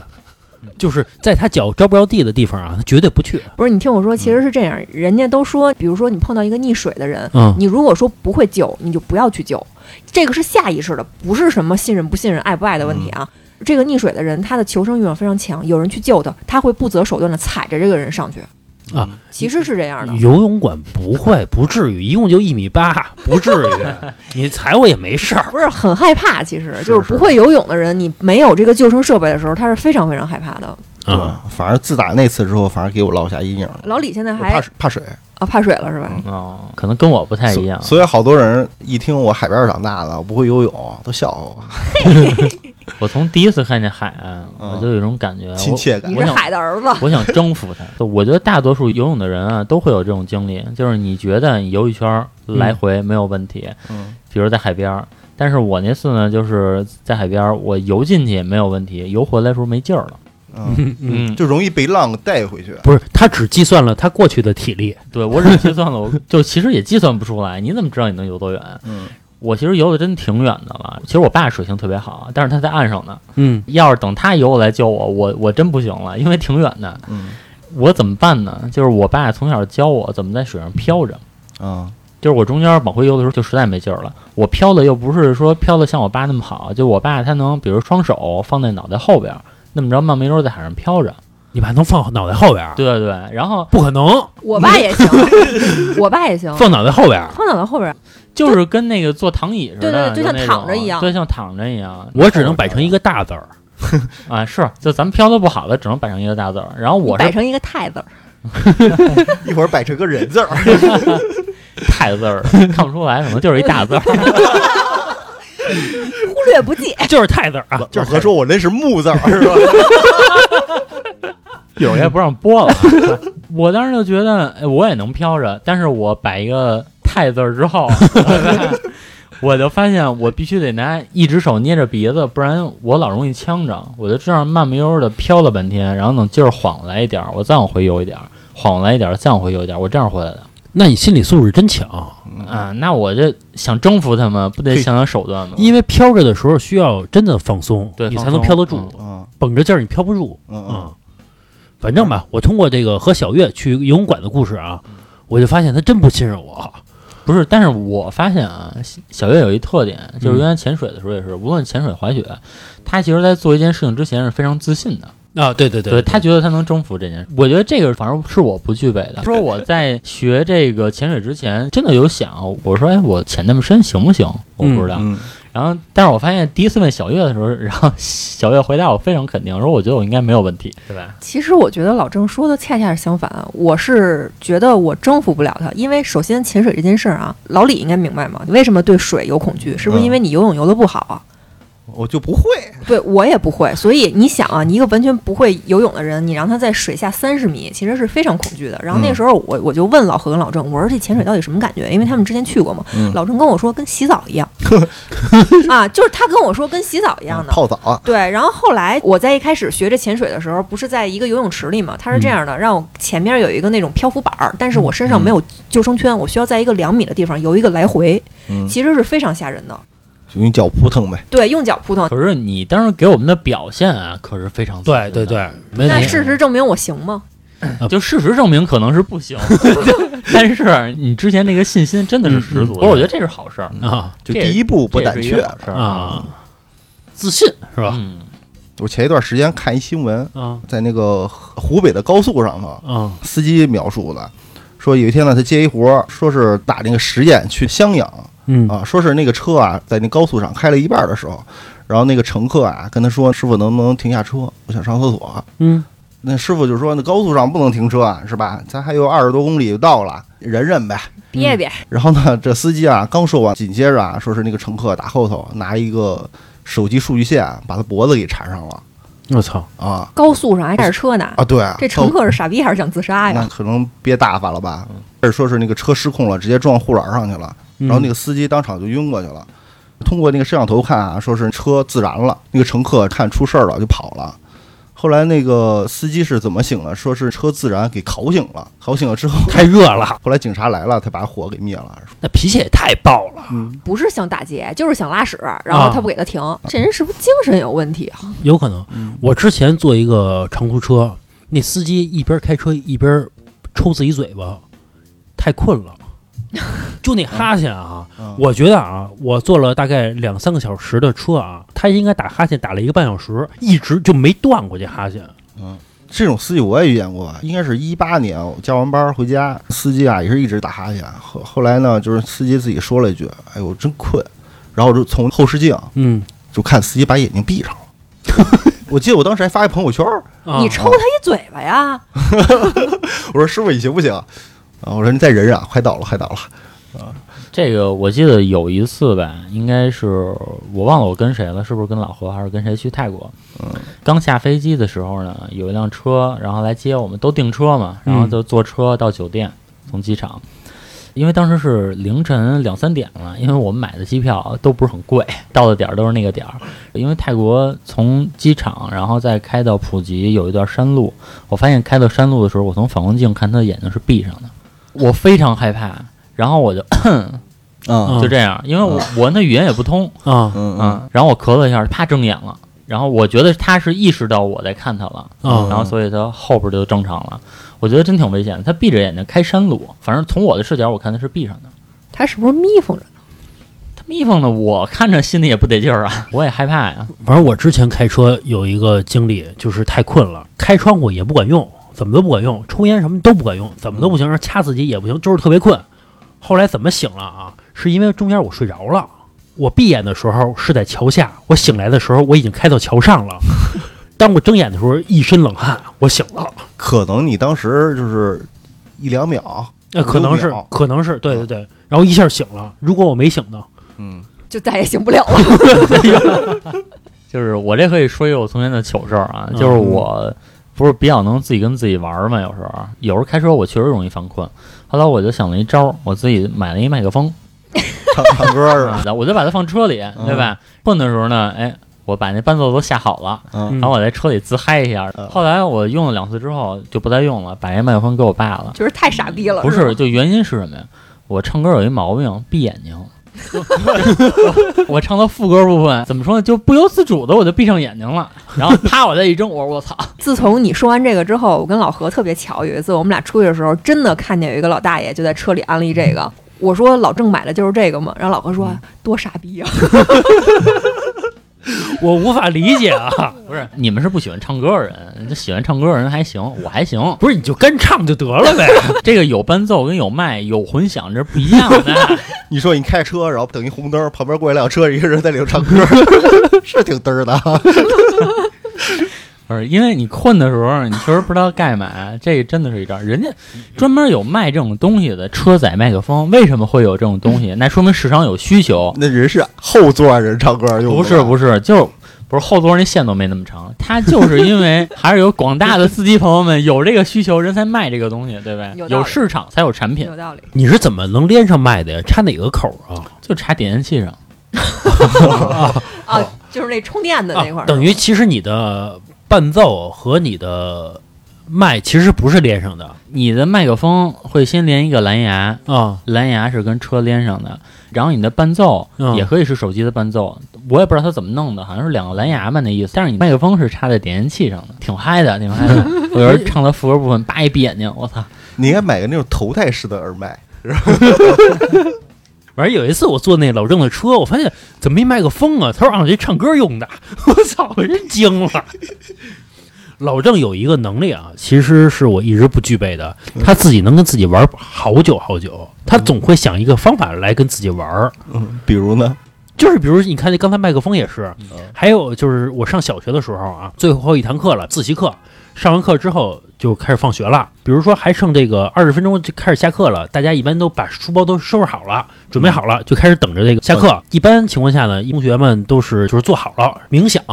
S1: 就是在他脚着不着地的地方啊，他绝对不去。
S4: 不是你听我说，其实是这样，人家都说，比如说你碰到一个溺水的人，
S1: 嗯
S4: 你如果说不会救，你就不要去救，这个是下意识的，不是什么信任不信任、爱不爱的问题啊。这个溺水的人，他的求生欲望非常强，有人去救他，他会不择手段的踩着这个人上去
S1: 啊，
S4: 其实是这样的。
S1: 游泳馆不会，不至于，一共就一米八，不至于。你踩我也没事儿。
S4: 不是很害怕，其实
S2: 是
S4: 就是
S2: 是
S4: 不会游泳的人，你没有这个救生设备的时候，他是非常非常害怕的。
S1: 啊，
S2: 对反正自打那次之后，反正给我落下阴影了。
S4: 老李现在
S2: 我
S4: 还
S2: 怕水怕水，
S4: 啊怕水了是吧？
S3: 哦，可能跟我不太一样
S2: 所。所以好多人一听我海边长大的，我不会游泳，啊都笑话我，
S3: 我从第一次看见海岸，
S2: 啊
S3: 我就有一种感觉，
S2: 亲
S3: 哎我
S2: 切感
S4: 你。
S3: 我
S4: 是
S3: 想
S4: 海的儿子，
S3: 我想征服它。就 我觉得大多数游泳的人啊，都会有这种经历，就是你觉得你游一圈儿来回没有问题，
S2: 嗯，
S3: 比如在海边儿。但是我那次呢，就是在海边儿，我游进去也没有问题，游回来的时候没劲儿了。
S2: 嗯，
S3: 嗯，
S2: 就容易被浪带回去。
S1: 不是，他只计算了他过去的体力，
S3: 对我只计算了，我就其实也计算不出来。你怎么知道你能游多远？
S2: 嗯，
S3: 我其实游的真挺远的了。其实我爸水性特别好，但是他在岸上呢。
S1: 嗯，
S3: 要是等他游过来救我，我我真不行了，因为挺远的。
S2: 嗯
S3: 我怎么办呢？就是我爸从小教我怎么在水上漂着。
S2: 啊
S3: 就是我中间往回游的时候就实在没劲儿了，我飘的又不是说飘的像我爸那么好，就我爸他能比如双手放在脑袋后边儿，那么着慢慢悠悠在海上飘着。
S1: 你把它能放脑袋后边儿？
S3: 对对对，然后
S1: 不可能，
S4: 我爸也行， 我爸也行，
S1: 放脑袋后边儿。
S4: 放到了后边儿。
S3: 就是跟那个坐躺椅似
S4: 对
S3: 的，
S4: 对对就像
S3: 那种
S4: 躺着一样
S3: 对，像躺着一样。
S1: 我只能摆成一个大字儿，
S3: 啊，是，就咱们飘的不好的，只能摆成一个大字儿。然后我
S4: 摆
S3: 是
S4: 成一个太字儿，
S2: 一会儿摆成个人字 儿，
S3: 太字儿，看不出来，可能就是一大字儿。
S4: 忽略不计。
S1: 就是太字儿啊，
S2: 就是和说我那是木字儿，是 吧？
S3: 有些不让播了。 我当时就觉得，哎，我也能飘着，但是我摆一个太字儿之后， 我就发现我必须得拿一只手捏着鼻子，不然我老容易呛着。我就这样慢慢悠悠的飘了半天，然后等劲儿缓过来一点儿，我再往回游一点儿，缓过来一点儿，再往回游一点儿，我这样回来的。
S1: 那你心理素质真强，
S2: 嗯
S3: 啊，那我这想征服他们，不得
S1: 嘿
S3: 想想手段吗？
S1: 因为飘着的时候需要真的放松，
S3: 对
S1: 你才
S3: 放
S1: 能
S3: 松
S1: 飘得住，
S2: 嗯
S1: 绷着劲儿你飘不住。
S2: 嗯嗯
S1: 嗯，反正吧，我通过这个和小月去游泳馆的故事啊，我就发现她真不信任我。
S3: 不是，但是我发现啊，小小月有一特点，就是原来潜水的时候也是，无论潜水、滑雪，他其实在做一件事情之前是非常自信的，
S1: 啊，对对对
S3: 他觉得他能征服这件事。我觉得这个反正是我不具备的。说我在学这个潜水之前，真的有想，我说哎，我潜那么深行不行？我不知道。
S2: 嗯，
S3: 然后，但是我发现第一次问小月的时候，然后小月回答我非常肯定，说我觉得我应该没有问题，对吧？
S4: 其实我觉得老郑说的恰恰是相反啊，我是觉得我征服不了他，因为首先潜水这件事儿啊，老李应该明白嘛，你为什么对水有恐惧？是
S3: 嗯
S4: 不是因为你游泳游得不好啊？
S2: 我就不会。
S4: 对我也不会，所以你想啊，你一个完全不会游泳的人，你让他在水下三十米，其实是非常恐惧的。然后那
S2: 嗯
S4: 时候我我就问老何跟老郑，我说这潜水到底什么感觉？因为他们之前去过嘛，
S2: 嗯
S4: 老郑跟我说跟洗澡一 样，啊，就是他跟我说跟洗澡一 样的。
S2: 泡澡啊，
S4: 对，然后后来我在一开始学这潜水的时候，不是在一个游泳池里嘛？它是
S2: 嗯
S4: 这样的，让我前面有一个那种漂浮板儿，但是我身上没有救生圈，我需要在一个两米的地方游一个来回，
S2: 嗯，
S4: 其实是非常吓人的。
S2: 用脚扑腾呗。
S4: 对，用脚扑腾。
S3: 可是你当时给我们的表现啊，可是非常自
S1: 对
S3: 信
S1: 对
S3: 的，
S1: 对，
S2: 哎
S1: 没
S4: 那
S1: 问题。
S4: 事实证明我行吗？
S2: 嗯
S3: 就事实证明可能是不行， 但是你之前那个信心真的是十足的，
S1: 嗯嗯嗯
S3: 我觉得这是好事儿，
S1: 啊
S2: 就第一步不胆
S3: 这也是
S2: 怯
S3: 一个。好事儿，
S1: 啊，自信是吧？
S3: 嗯，
S2: 我前一段时间看一新闻，
S1: 啊
S2: 在那个湖北的高速上头，
S1: 啊
S2: 司机描述的，说有一天呢，他接一活儿，说是打那个十堰去襄阳
S1: 嗯
S2: 啊，说是那个车啊，在那高速上开了一半的时候，然后那个乘客啊跟他说：“师傅能不能停下车？我想上厕所啊。
S1: 嗯”
S2: 那师傅就说：“那高速上不能停车啊，是吧？咱还有二十多公里就到了，忍忍呗。
S4: 憋憋，”
S2: 然后呢，这司机啊刚说完，紧接着啊，说是那个乘客打后头拿一个手机数据线啊把他脖子给缠上了
S1: 我操，
S2: 啊
S4: 高速上还开着车呢，
S2: 啊，对啊，
S4: 这乘客是傻逼还是想自杀
S2: 那
S4: 呀？
S2: 可能憋大发了吧？或者说是那个车失控了，直接撞护栏上去了，然后那
S1: 个
S2: 个司机当场就晕过去了。通过那个摄像头看啊，说是车自燃了，那个乘客看出事儿了就跑了。后来那个司机是怎么醒了？说是车自燃给烤醒了，烤醒了之后，
S1: 太热了，
S2: 后来警察来了才把火给灭了。
S1: 那脾气也太爆了，
S4: 不是想打劫，就是想拉屎，然
S1: 啊
S4: 后他不给他停，这人是不是精神有问题啊？
S1: 有可能。
S2: 嗯
S1: 我之前坐一个长途车，那司机一边开车一边抽自己嘴巴，太困 了，就那哈欠啊。
S2: 嗯
S1: 我觉得啊，我坐了大概两三个小时的车啊，他应该打哈欠打了一个半小时，一直就没断过这哈欠。
S2: 这种司机我也遇见过，应该是一八年我加完班回家，司机啊也是一直打哈欠。后后来呢，就是司机自己说了一句：“哎呦，真困。”然后我就从后视镜
S1: 嗯，
S2: 就看司机把眼睛闭上了。 我记得我当时还发一朋友圈儿，
S1: 啊
S4: 你抽他一嘴巴呀！
S2: 我说师傅你行不行？啊，我说你再忍忍啊，快到了，快到了。
S3: 这个我记得有一次吧，应该是我忘了我跟谁了，是不是跟老何还是跟谁去泰国？嗯，刚下飞机的时候呢，有一辆车，然后来接我们，都订车嘛，然后就坐车到酒店，从机场。因为当时是凌晨两三点了，因为我们买的机票都不是很贵， 到的点儿都是那个点儿。因为泰国从机场，然后再开到普吉有一段山路，我发现开到山路的时候，我从反光镜看他的眼睛是闭上的，我非常害怕，然后我就
S2: 嗯
S1: 嗯
S3: 就这样，因为我我那语言也不通，
S1: 啊
S2: 嗯
S3: 嗯，然后我咳了一下，啪睁眼了，然后我觉得他是意识到我在看他了，
S2: 嗯
S1: 啊
S3: 然后所以他后边就正常了。我觉得真挺危险的，他闭着眼睛开山路，反正从我的视角我看他是闭上的。
S4: 他是不是眯缝着？
S3: 他眯缝的，我看着心里也不得劲儿啊， 我也害怕呀。
S1: 反正我之前开车有一个经历，就是太困了，开窗户也不管用，怎么都不管用，抽烟什么都不管用，怎么都不行，然后掐自己也不行，就是特别困。后来怎么醒了啊？是因为中间我睡着了，我闭眼的时候是在桥下，我醒来的时候我已经开到桥上 了。当我睁眼的时候，一身冷汗，我醒了。
S2: 可能你当时就是一两秒，
S1: 那可能是
S2: 五秒，
S1: 可能是，对对对。然后一下醒了。如果我没醒呢？
S2: 嗯，
S4: 就再也醒不了 了。
S3: 就是我这可以说一个我从前的糗事儿啊，
S1: 嗯
S3: 就是我不是比较能自己跟自己玩儿嘛，有时候有时候开车我确实容易犯困。后来我就想了一招儿，我自己买了一麦克风，
S2: 唱唱歌是吧？
S3: 啊然后我就把它放车里，
S2: 嗯
S3: 对吧？蹦的时候呢，哎，我把那伴奏都下好了，
S2: 嗯
S1: 啊
S3: 然后我在车里自嗨一下
S2: 嗯。
S3: 后来我用了两次之后就不再用了，把那麦克风给我爸了。
S4: 就是太傻逼了。
S3: 不
S4: 吧
S3: 是，就原因是什么呀？我唱歌有一毛病，闭眼 睛。我唱到副歌部分，怎么说呢？就不由自主的我就闭上眼睛了，然后啪，我再一睁，我说我操！
S4: 自从你说完这个之后，我跟老何特别巧，有一次我们俩出去的时候，真的看见有一个老大爷就在车里安利这
S1: 嗯
S4: 个。我说老郑买的就是这个嘛，然后老何说多傻逼啊呀、
S1: 我无法理解 啊！
S3: 不是，你们是不喜欢唱歌的人，就喜欢唱歌的人还行，我还行。
S1: 不是，你就干唱就得了呗。
S3: 这个有伴奏跟有麦有混响，这不一样的。
S2: 你说你开车，然后等一红灯，旁边过一辆车，一个人在里头唱歌， 是挺嘚儿的啊。
S3: 不是，因为你困的时候，你确实不知道该买，这真的是一招。人家专门有卖这种东西的车载麦克风，为什么会有这种东西？那说明市场有需求。
S2: 那人是后座人唱歌用的，
S3: 不是不是，就不是后座那线都没那么长，它就是因为还是有广大的司机朋友们有这个需求，人才卖这个东西，对吧？
S4: 有
S3: 有
S4: 道理
S3: 市场才有产品，
S4: 有道理。
S1: 你是怎么能连上麦的呀？插哪个口啊？
S3: 就插点烟器上。
S4: 啊，就是那充电的那块儿、
S1: 哦啊，等于其实你的伴奏和你的麦其实不是连上的
S3: 你的麦克风会先连一个蓝牙，
S1: 啊，
S3: 蓝牙是跟车连上的，然后你的伴奏
S1: 嗯
S3: 也可以是手机的伴奏，我也不知道它怎么弄的，好像是两个蓝牙吧那意思。但是你麦克风是插在点烟器上的，挺嗨的，挺嗨 的。我有时候唱到副歌部分，叭一闭眼睛，我操！
S2: 你应该买个那种头戴式的耳麦，
S1: 反正有一次我坐那老郑的车，我发现怎么没麦克风啊？他说啊，这唱歌用的。 我操，我真惊了。老郑有一个能力啊，其实是我一直不具备的，他自己能跟自己玩好久好久，他总会想一个方法来跟自己玩儿。
S2: 嗯，比如呢，
S1: 就是比如你看那刚才麦克风也是，还有就是我上小学的时候啊，最后一堂课了，自习课，上完课之后就开始放学了。比如说还剩这个二十分钟就开始下课了，大家一般都把书包都收拾好了，准备好了，就开始等着这个下课。一般情况下呢，同学们都是就是坐好了冥想，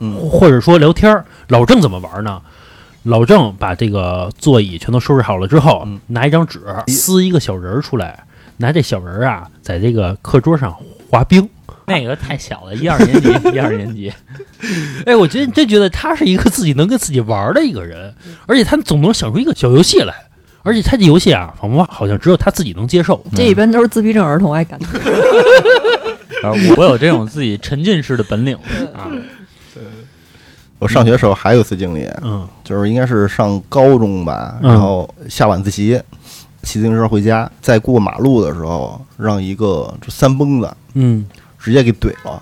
S2: 嗯
S1: 或或者说聊天儿。老郑怎么玩呢？老郑把这个座椅全都收拾好了之后，
S2: 嗯
S1: 拿一张纸撕一个小人儿出来，拿这小人儿啊，在这个课桌上滑冰。
S3: 那个太小了，一二年 级，一二年级，
S1: 哎，我真真觉得他是一个自己能跟自己玩儿的一个人，而且他总能想出一个小游戏来，而且他这游戏啊，仿佛好像只有他自己能接受。
S4: 这一般都是自闭症儿童，哎， 感觉
S3: 然后啊我有这种自己沉浸式的本领啊。
S2: 我上学的时候还有一次经历，
S1: 嗯
S2: 就是应该是上高中吧，
S1: 嗯
S2: 然后下晚自习，骑自行车回家，在过马路的时候，让一个就三蹦子
S1: 嗯
S2: 直接给怼了。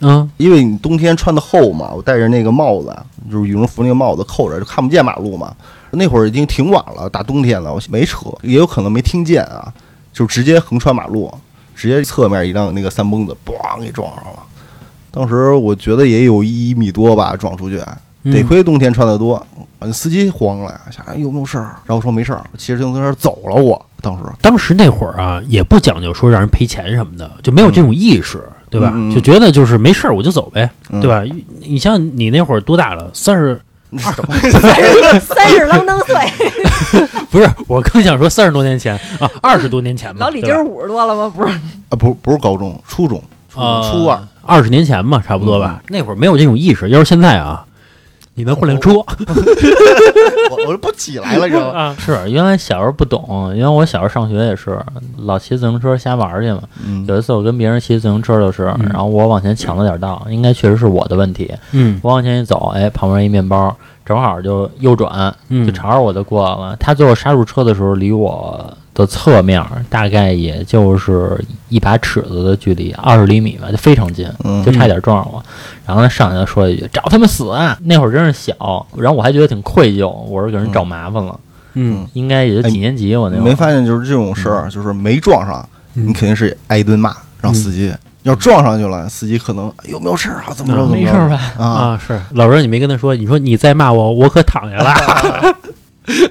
S1: 嗯
S2: 因为你冬天穿的厚嘛，我戴着那个帽子，就是羽绒服那个帽子扣着，就看不见马路嘛。那会儿已经挺晚了，大冬天了，我没车，也有可能没听见啊，就直接横穿马路，直接侧面一辆那个三蹦子，咣给撞上了。当时我觉得也有一米多吧，撞出去，
S1: 嗯
S2: 得亏冬天穿的多，嗯司机慌了呀，想哎有没有事儿？然后我说没事儿，骑着自行车走了我。当时
S1: 当时那会儿啊，也不讲究说让人赔钱什么的，就没有这种意识，对吧？
S2: 嗯嗯
S1: 就觉得就是没事儿我就走呗，
S2: 嗯
S1: 对吧？你你像你那会儿多大了？三十
S4: 三十啷当岁，
S1: 不是？我更想说三十多年前啊，二十多年前吧。
S4: 老李今
S1: 对吧
S4: 儿五十多了吗？不是，
S2: 啊，不不是高中，初中，初中
S1: 呃
S2: 初二，
S1: 二十年前嘛，差不多吧。那会儿没有这种意识，要是现在啊，你能
S2: 哦
S1: 换辆车
S2: 我我就不起来了，你知 道吗？
S1: 啊？
S3: 是因为小时候不懂，因为我小时候上学也是老骑自行车瞎玩儿去嘛。
S2: 嗯，
S3: 有一次我跟别人骑自行车的时候，
S1: 嗯
S3: 然后我往前抢了点道，应该确实是我的问题。
S1: 嗯
S3: 我往前一走，哎，旁边一面包，正好就右转，
S1: 嗯
S3: 就朝着我就过来了。他最后刹住车的时候，离我的侧面大概也就是一把尺子的距离，二十厘米吧，就非常近，
S2: 嗯
S3: 就差点撞上我。然后他上来就说一句：“找他们死啊！”那会儿真是小，然后我还觉得挺愧疚，我说给人找麻烦了。
S1: 嗯
S3: 应该也就几年级我那
S2: 你
S3: 会
S2: 没
S3: 儿。
S2: 发现就是这种事儿，就是没撞上，
S1: 嗯
S2: 你肯定是挨一顿骂，让司机。要撞上去了，司机可能哎有没有事儿啊？怎么着？
S1: 嗯
S2: 怎么
S3: 没
S2: 着
S3: 事儿吧？
S2: 啊？
S1: 啊，是老师，你没跟他说，你说你再骂我，我可躺 下了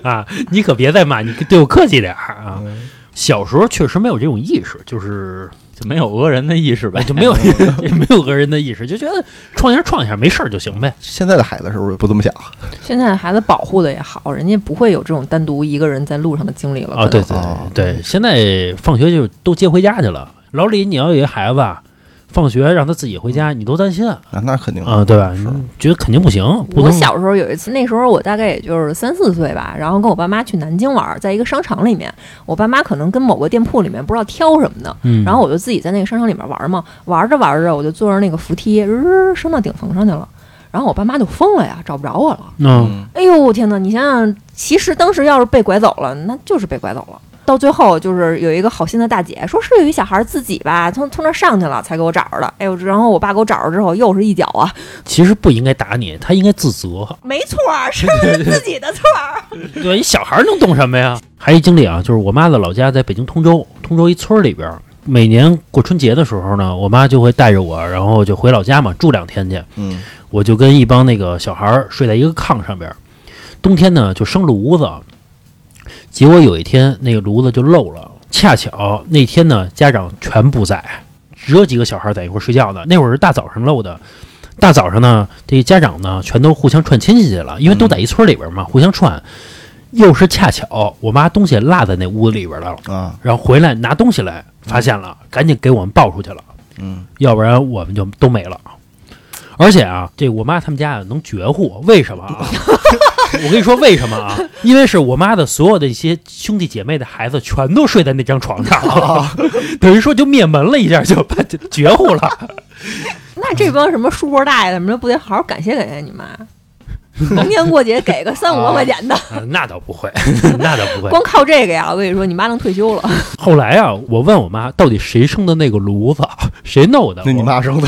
S1: 啊！你可别再骂，你对我客气点儿啊。
S2: 嗯
S1: 小时候确实没有这种意识，就是
S3: 就没有讹人的意识呗，
S1: 就没有 也没有个人的意识，就觉得撞一下撞一下没事儿就行呗。
S2: 现在的孩子是不是不这么想？ 啊
S4: 现在孩子保护的也好，人家不会有这种单独一个人在路上的经历了
S1: 啊，对对
S2: 哦
S1: 对，现在放学就都接回家去了。老李，你要有一孩子啊放学让他自己回家，你都担心啊，
S2: 啊，那肯定
S1: 啊对吧？
S2: 是
S1: 你觉得肯定不行，不
S4: 我
S1: 能
S4: 小时候有一次，那时候我大概也就是三四岁吧，然后跟我爸妈去南京玩，在一个商场里面，我爸妈可能跟某个店铺里面不知道挑什么呢，
S1: 嗯，
S4: 然后我就自己在那个商场里面玩嘛，玩着玩着我就坐上那个扶梯，日升到顶层上去了，然后我爸妈就疯了呀，找不着我了。
S1: 嗯
S2: 嗯
S4: 哎呦天哪！你想想，其实当时要是被拐走了，那就是被拐走了。到最后就是有一个好心的大姐说是有一小孩自己吧，从从那儿上去了才给我找着的。哎呦，然后我爸给我找着之后又是一脚啊，
S1: 其实不应该打你，他应该自责。
S4: 没错儿，是自己的错儿。
S1: 对，一小孩能懂什么呀？还一经历啊，就是我妈的老家在北京通州，通州一村儿里边儿。每年过春节的时候呢，我妈就会带着我，然后就回老家嘛，住两天去。
S2: 嗯
S1: 我就跟一帮那个小孩儿睡在一个炕上边儿，冬天呢就生炉子，结果有一天那个炉子就漏了，恰巧那天呢家长全不在，只有几个小孩儿在一块儿睡觉呢。那会儿是大早上漏的，大早上呢这家长呢全都互相串亲戚去了，因为都在一村里边嘛，互相串。又是恰巧我妈东西落在那屋子里边了，
S2: 啊
S1: 然后回来拿东西来，发现了，赶紧给我们抱出去了。
S2: 嗯
S1: 要不然我们就都没了。而且啊，这我妈他们家啊能绝户，为什么 啊？我跟你说为什么啊？因为是我妈的所有的一些兄弟姐妹的孩子全都睡在那张床上
S2: 哦
S1: 了，等于说就灭门了一下，就把就绝户 了。
S4: 那这帮什么书包大爷什么的，不得好好感谢感谢你妈？逢年过节给个三五万块 钱的，
S1: 啊那倒不会， 那倒不会。
S4: 光靠这个呀，我跟你说，你妈能退休了。
S1: 后来啊，我问我妈到底谁生的那个炉子，谁弄的？
S2: 那你妈生 的，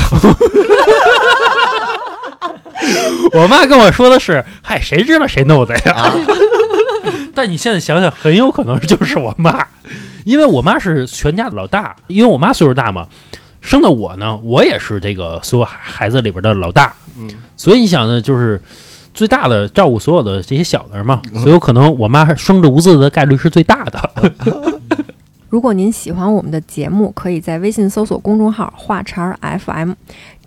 S1: 我？我妈跟我说的是，嗨，谁知道谁弄的呀？ 但你现在想想，很有可能就是我妈，因为我妈是全家的老大，因为我妈岁数大嘛，生的我呢，我也是这个所有孩子里边的老大，
S2: 嗯，
S1: 所以你想呢，就是最大的照顾所有的这些小的嘛，所以有可能我妈生着无字的概率是最大的。
S4: 如果您喜欢我们的节目，可以在微信搜索公众号“话茬儿 FM”，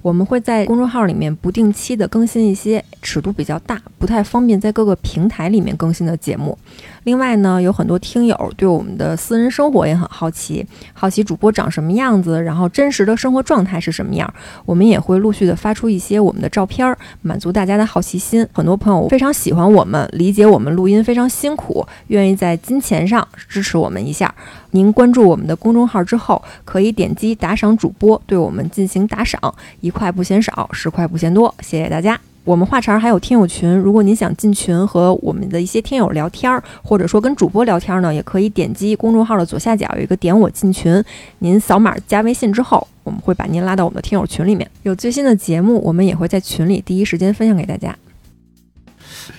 S4: 我们会在公众号里面不定期的更新一些尺度比较大、不太方便在各个平台里面更新的节目。另外呢，有很多听友对我们的私人生活也很好奇，好奇主播长什么样子，然后真实的生活状态是什么样。我们也会陆续的发出一些我们的照片儿，满足大家的好奇心。很多朋友非常喜欢我们，理解我们录音非常辛苦，愿意在金钱上支持我们一下。您关注我们的公众号之后，可以点击打赏主播，对我们进行打赏，一块不嫌少，十块不嫌多，谢谢大家。我们话茬儿还有听友群，如果您想进群和我们的一些听友聊天儿，或者说跟主播聊天儿呢，也可以点击公众号的左下角有一个点我进群，您扫码加微信之后，我们会把您拉到我们的听友群里面。有最新的节目，我们也会在群里第一时间分享给大家。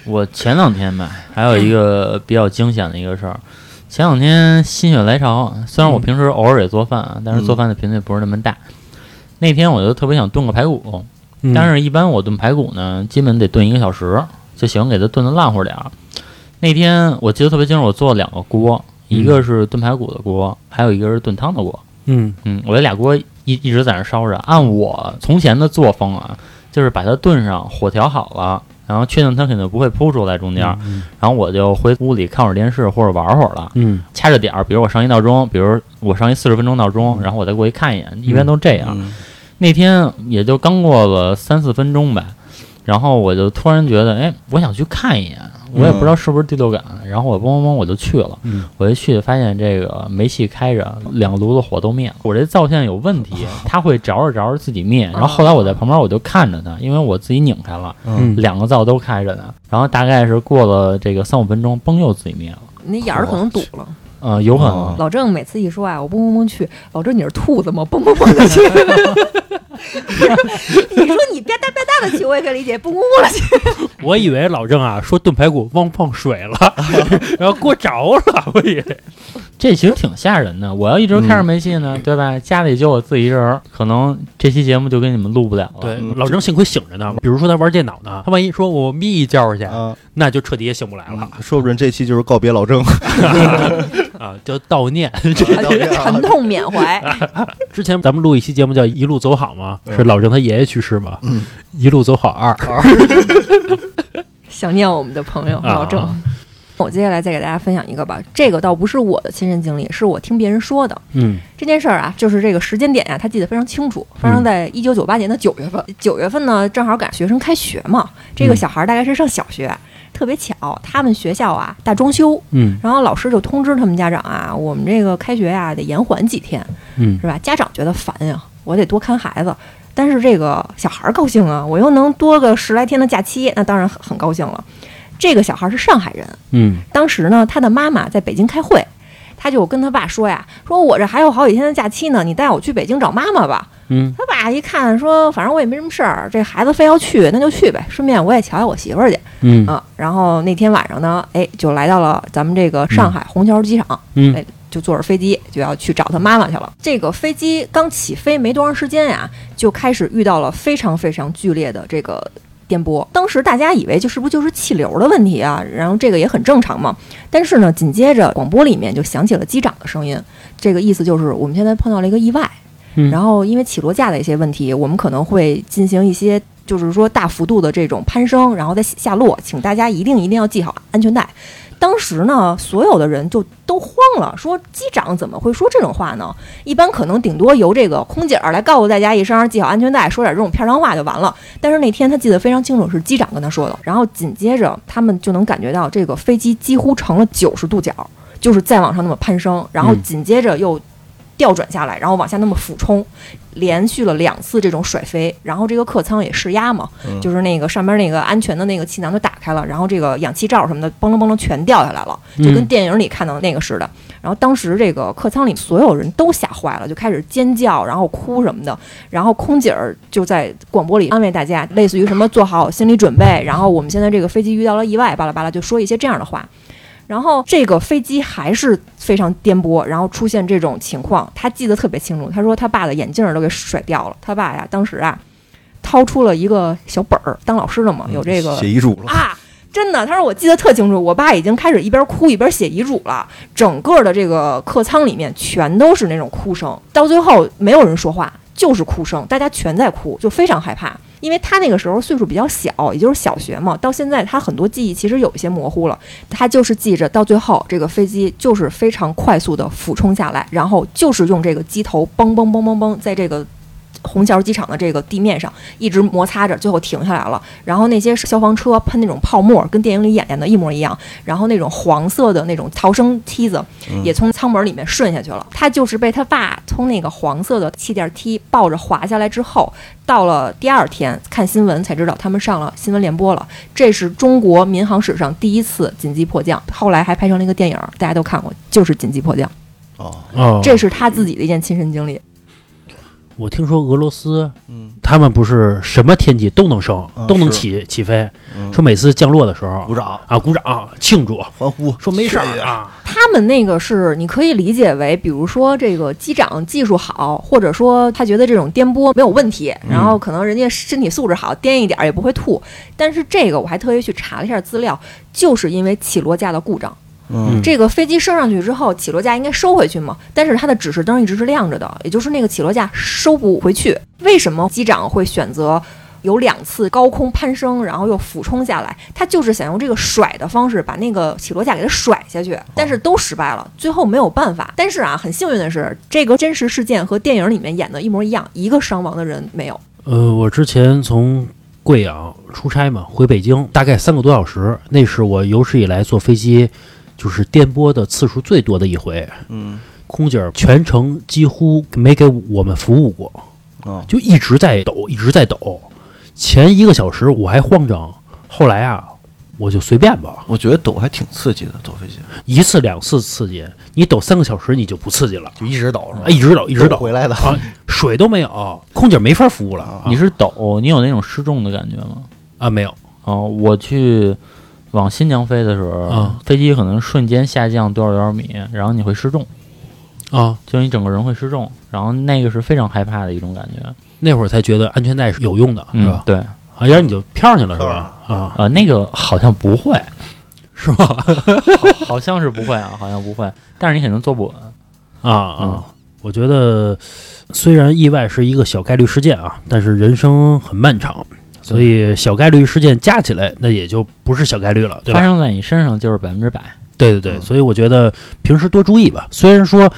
S3: 我前两天吧，还有一个比较惊险的一个事儿。前两天心血来潮，虽然我平时偶尔也做饭啊，但是做饭的频率不是那么大。那天我就特别想炖个排骨，
S1: 嗯
S3: 但是，一般我炖排骨呢，基本得炖一个小时，就喜欢给它炖的烂乎点儿。那天我记得特别清楚，我做了两个锅，一个是炖排骨的锅，还有一个是炖汤的锅。
S1: 嗯
S3: 嗯，我这俩锅一一直在那烧着。按我从前的作风啊，就是把它炖上，火调好了，然后确定它肯定不会扑出来中间，
S1: 嗯
S3: 然后我就回屋里看会儿电视或者玩会儿了。
S1: 嗯
S3: 掐着点儿，比如我上一闹钟，比如我上一四十分钟闹钟，然后我再过去看一眼，一般都这样。
S1: 嗯
S3: 那天也就刚过了三四分钟吧，然后我就突然觉得，哎，我想去看一眼，我也不知道是不是第六感，然后我嘣嘣嘣我就去了，
S1: 嗯
S3: 我一去发现这个煤气开着，两个炉子火都灭了，我这灶线有问题，
S1: 啊
S3: 它会着着着着自己灭，然后后来我在旁边我就看着它，因为我自己拧开了，
S1: 嗯
S3: 两个灶都开着呢，然后大概是过了这个三五分钟，嘣又自己灭了，
S4: 你眼儿可能堵了。
S3: 呃，有可能。
S2: 哦
S4: 老郑每次一说啊，我蹦蹦蹦去，老郑你是兔子吗？蹦蹦蹦 的去。 你说你吧嗒吧嗒的去，我也可以理解，蹦蹦蹦的去。
S1: 我以为老郑啊说炖排骨忘放水了，然后锅着了，我以为。
S3: 这其实挺吓人的。我要一直
S1: 嗯
S3: 开着煤气呢，对吧？家里就我自己一人儿，可能这期节目就跟你们录不了
S2: 啊
S3: 了。
S1: 对，
S2: 嗯
S1: 老郑幸亏醒着呢。比如说他玩电脑呢，他万一说我眯一觉去，
S2: 啊，
S1: 那就彻底也醒不来了
S2: 说不准这期就是告别老郑，嗯
S1: 啊，叫悼念。 啊
S2: 啊
S4: 疼痛缅怀，
S1: 之前咱们录一期节目叫《一路走好》嘛，
S2: 嗯
S1: 是老郑他爷爷去世嘛，
S2: 嗯啊
S1: 一路走好二》
S4: 想念我们的朋友
S1: 啊
S4: 老郑。我接下来再给大家分享一个吧，这个倒不是我的亲身经历，是我听别人说的。
S1: 嗯
S4: 这件事儿啊，就是这个时间点啊，他记得非常清楚，发生
S1: 嗯
S4: 在一九九八年的九月份。九月份呢，正好赶学生开学嘛，这个
S1: 嗯
S4: 小孩儿大概是上小学，特别巧，他们学校啊大装修，
S1: 嗯
S4: 然后老师就通知他们家长啊，我们这个开学啊呀、得延缓几天，
S1: 嗯
S4: 是吧？家长觉得烦呀、我得多看孩子。但是这个小孩儿高兴啊，我又能多个十来天的假期，那当然很很高兴了。这个小孩儿是上海人，
S1: 嗯
S4: 当时呢，他的妈妈在北京开会，他就跟他爸说呀：“说我这还有好几天的假期呢，你带我去北京找妈妈吧。”
S1: 嗯
S4: 他爸一看说：“反正我也没什么事儿，这孩子非要去，那就去呗，顺便我也瞧瞧我媳妇儿去。”
S1: 嗯
S4: 啊，然后那天晚上呢，哎，就来到了咱们这个上海虹桥机场，
S1: 嗯
S4: 哎，就坐着飞机就要去找他妈妈去了。这个飞机刚起飞没多长时间呀，就开始遇到了非常非常剧烈的这个颠簸。当时大家以为就是不就是气流的问题啊，然后这个也很正常嘛。但是呢，紧接着广播里面就响起了机长的声音，这个意思就是我们现在碰到了一个意外。
S1: 嗯
S4: 然后，因为起落架的一些问题，我们可能会进行一些就是说大幅度的这种攀升，然后再下落，请大家一定一定要系好安全带。当时呢，所有的人就都慌了，说机长怎么会说这种话呢？一般可能顶多由这个空姐儿来告诉大家一声系啊好安全带，说点这种片儿汤话就完了。但是那天他记得非常清楚，是机长跟他说的。然后紧接着他们就能感觉到这个飞机几乎成了九十度角，就是再往上那么攀升，然后
S1: 嗯
S4: 紧接着又调转下来，然后往下那么俯冲，连续了两次这种甩飞。然后这个客舱也试压嘛，
S2: 嗯
S4: 就是那个上边那个安全的那个气囊就打开了，然后这个氧气罩什么的嘣楞嘣楞全掉下来了，就跟
S1: 嗯
S4: 电影里看到的那个似的。然后当时这个客舱里所有人都吓坏了，就开始尖叫，然后哭什么的。然后空姐儿就在广播里安慰大家，类似于什么做好心理准备，然后我们现在这个飞机遇到了意外，巴拉巴拉，就说一些这样的话。然后这个飞机还是非常颠簸，然后出现这种情况，他记得特别清楚。他说他爸的眼镜儿都给甩掉了，他爸呀当时啊掏出了一个小本儿，当老师的嘛，有这个
S2: 嗯写遗嘱了，
S4: 啊，真的，他说我记得特清楚，我爸已经开始一边哭一边写遗嘱了，整个的这个客舱里面全都是那种哭声，到最后没有人说话，就是哭声，大家全在哭，就非常害怕。因为他那个时候岁数比较小，也就是小学嘛，到现在他很多记忆其实有一些模糊了。他就是记着到最后这个飞机就是非常快速的俯冲下来，然后就是用这个机头嘣嘣嘣嘣嘣在这个虹桥机场的这个地面上一直摩擦着，最后停下来了。然后那些消防车喷那种泡沫，跟电影里演演的一模一样。然后那种黄色的那种逃生梯子
S2: 嗯
S4: 也从舱门里面顺下去了。他就是被他爸从那个黄色的气垫梯抱着滑下来之后，到了第二天看新闻才知道他们上了新闻联播了。这是中国民航史上第一次紧急迫降，后来还拍成了一个电影，大家都看过，就是紧急迫降。
S2: 哦，
S1: 哦，
S4: 这是他自己的一件亲身经历。
S1: 我听说俄罗斯
S2: 嗯
S1: 他们不是什么天气都能升
S2: 啊，
S1: 都能
S2: 是
S1: 起起飞，
S2: 嗯
S1: 说每次降落的时候
S2: 鼓掌
S1: 啊鼓掌庆祝，
S2: 欢呼，
S1: 说没事
S2: 谢
S1: 儿
S2: 谢
S1: 啊，
S4: 他他们那个是你可以理解为，比如说这个机长技术好，或者说他觉得这种颠簸没有问题，然后可能人家身体素质好，颠一点儿也不会吐。但是这个我还特意去查了一下资料，就是因为起落架的故障。
S2: 嗯
S4: 这个飞机升上去之后，起落架应该收回去嘛？但是它的指示灯一直是亮着的，也就是那个起落架收不回去。为什么机长会选择有两次高空攀升，然后又俯冲下来？他就是想用这个甩的方式把那个起落架给它甩下去，但是都失败了，最后没有办法。但是啊，很幸运的是，这个真实事件和电影里面演的一模一样，一个伤亡的人没有。
S1: 呃，我之前从贵阳出差嘛，回北京大概三个多小时，那是我有史以来坐飞机就是颠簸的次数最多的一回。
S2: 嗯
S1: 空姐儿全程几乎没给我们服务过，
S2: 哦
S1: 就一直在抖，一直在抖。前一个小时我还慌张，后来啊，我就随便吧，
S2: 我觉得抖还挺刺激的，抖飞机。
S1: 一次两次刺激，你抖三个小时你就不刺激了，
S5: 就一直抖是吧
S1: 哎，？一直抖一
S5: 一
S1: 直抖，
S5: 回来的，
S1: 啊，水都没有，空姐没法服务了啊
S3: 你是抖，你有那种失重的感觉吗？
S1: 啊没有，
S3: 哦，我去往新疆飞的时候，
S1: 啊
S3: 飞机可能瞬间下降多少多少米，然后你会失重，
S1: 啊，
S3: 就你整个人会失重，然后那个是非常害怕的一种感觉，
S1: 那会儿才觉得安全带是有用的，是
S3: 嗯
S1: 吧，？
S3: 对，
S1: 啊，要不然你就飘上去了，是吧？啊，
S3: 呃，那个好像不会，
S1: 是吧？
S3: 好好像是不会啊，好像不会，但是你肯定坐不稳，
S1: 啊
S3: 嗯
S1: 啊，我觉得虽然意外是一个小概率事件啊，但是人生很漫长，所以小概率事件加起来，那也就不是小概率了，对吧
S3: 发？生在你身上就是百分之百。
S1: 对对对，
S2: 嗯
S1: 所以我觉得平时多注意吧。虽然说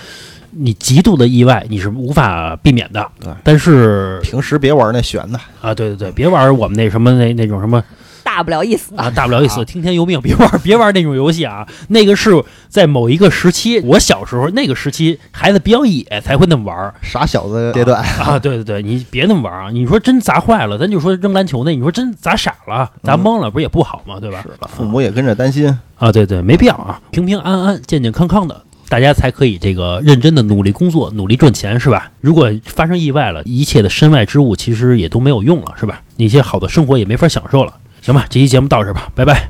S1: 你极度的意外你是无法避免的，
S2: 对
S1: 但是
S2: 平时别玩那悬的，
S1: 啊，对对对，别玩我们那什么那那种什么
S4: 大不了一死，
S1: 啊，大不了一死，听天由命，别玩 别玩那种游戏啊。那个是在某一个时期，我小时候那个时期，孩子比较野才会那么玩儿
S2: 傻小子阶段。
S1: 啊。对对对，你别那么玩儿啊！你说真砸坏了，咱就说扔篮球那，你说真砸傻了，砸懵了，不是也不好吗？对吧？
S2: 是了，父母也跟着担心。
S1: 啊，对对，没必要啊，平平安安、健健康康的，大家才可以这个认真的努力工作、努力赚钱，是吧？如果发生意外了，一切的身外之物其实也都没有用了，是吧？你一些好的生活也没法享受了。行吧，这期节目到这儿吧，拜拜。